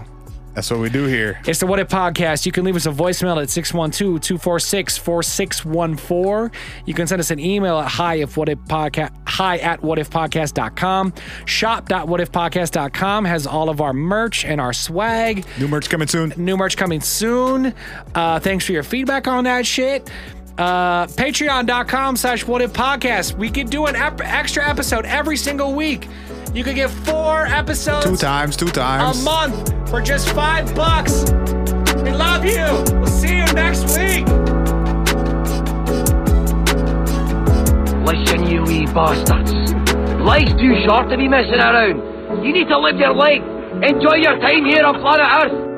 that's what we do here. It's the What If Podcast. You can leave us a voicemail at 612 246 4614. You can send us an email at hi if what if podcast hi at whatifpodcast.com. Shop.whatifpodcast.com has all of our merch and our swag. New merch coming soon. New merch coming soon. Uh, thanks for your feedback on that shit. Uh, Patreon.com slash What If Podcast. We could do an ep- extra episode every single week. You could get four episodes Two times, two a times. month for just five bucks. We love you. We'll see you next week. Listen, you wee bastards. Life's too short to be messing around. You need to live your life. Enjoy your time here on planet Earth.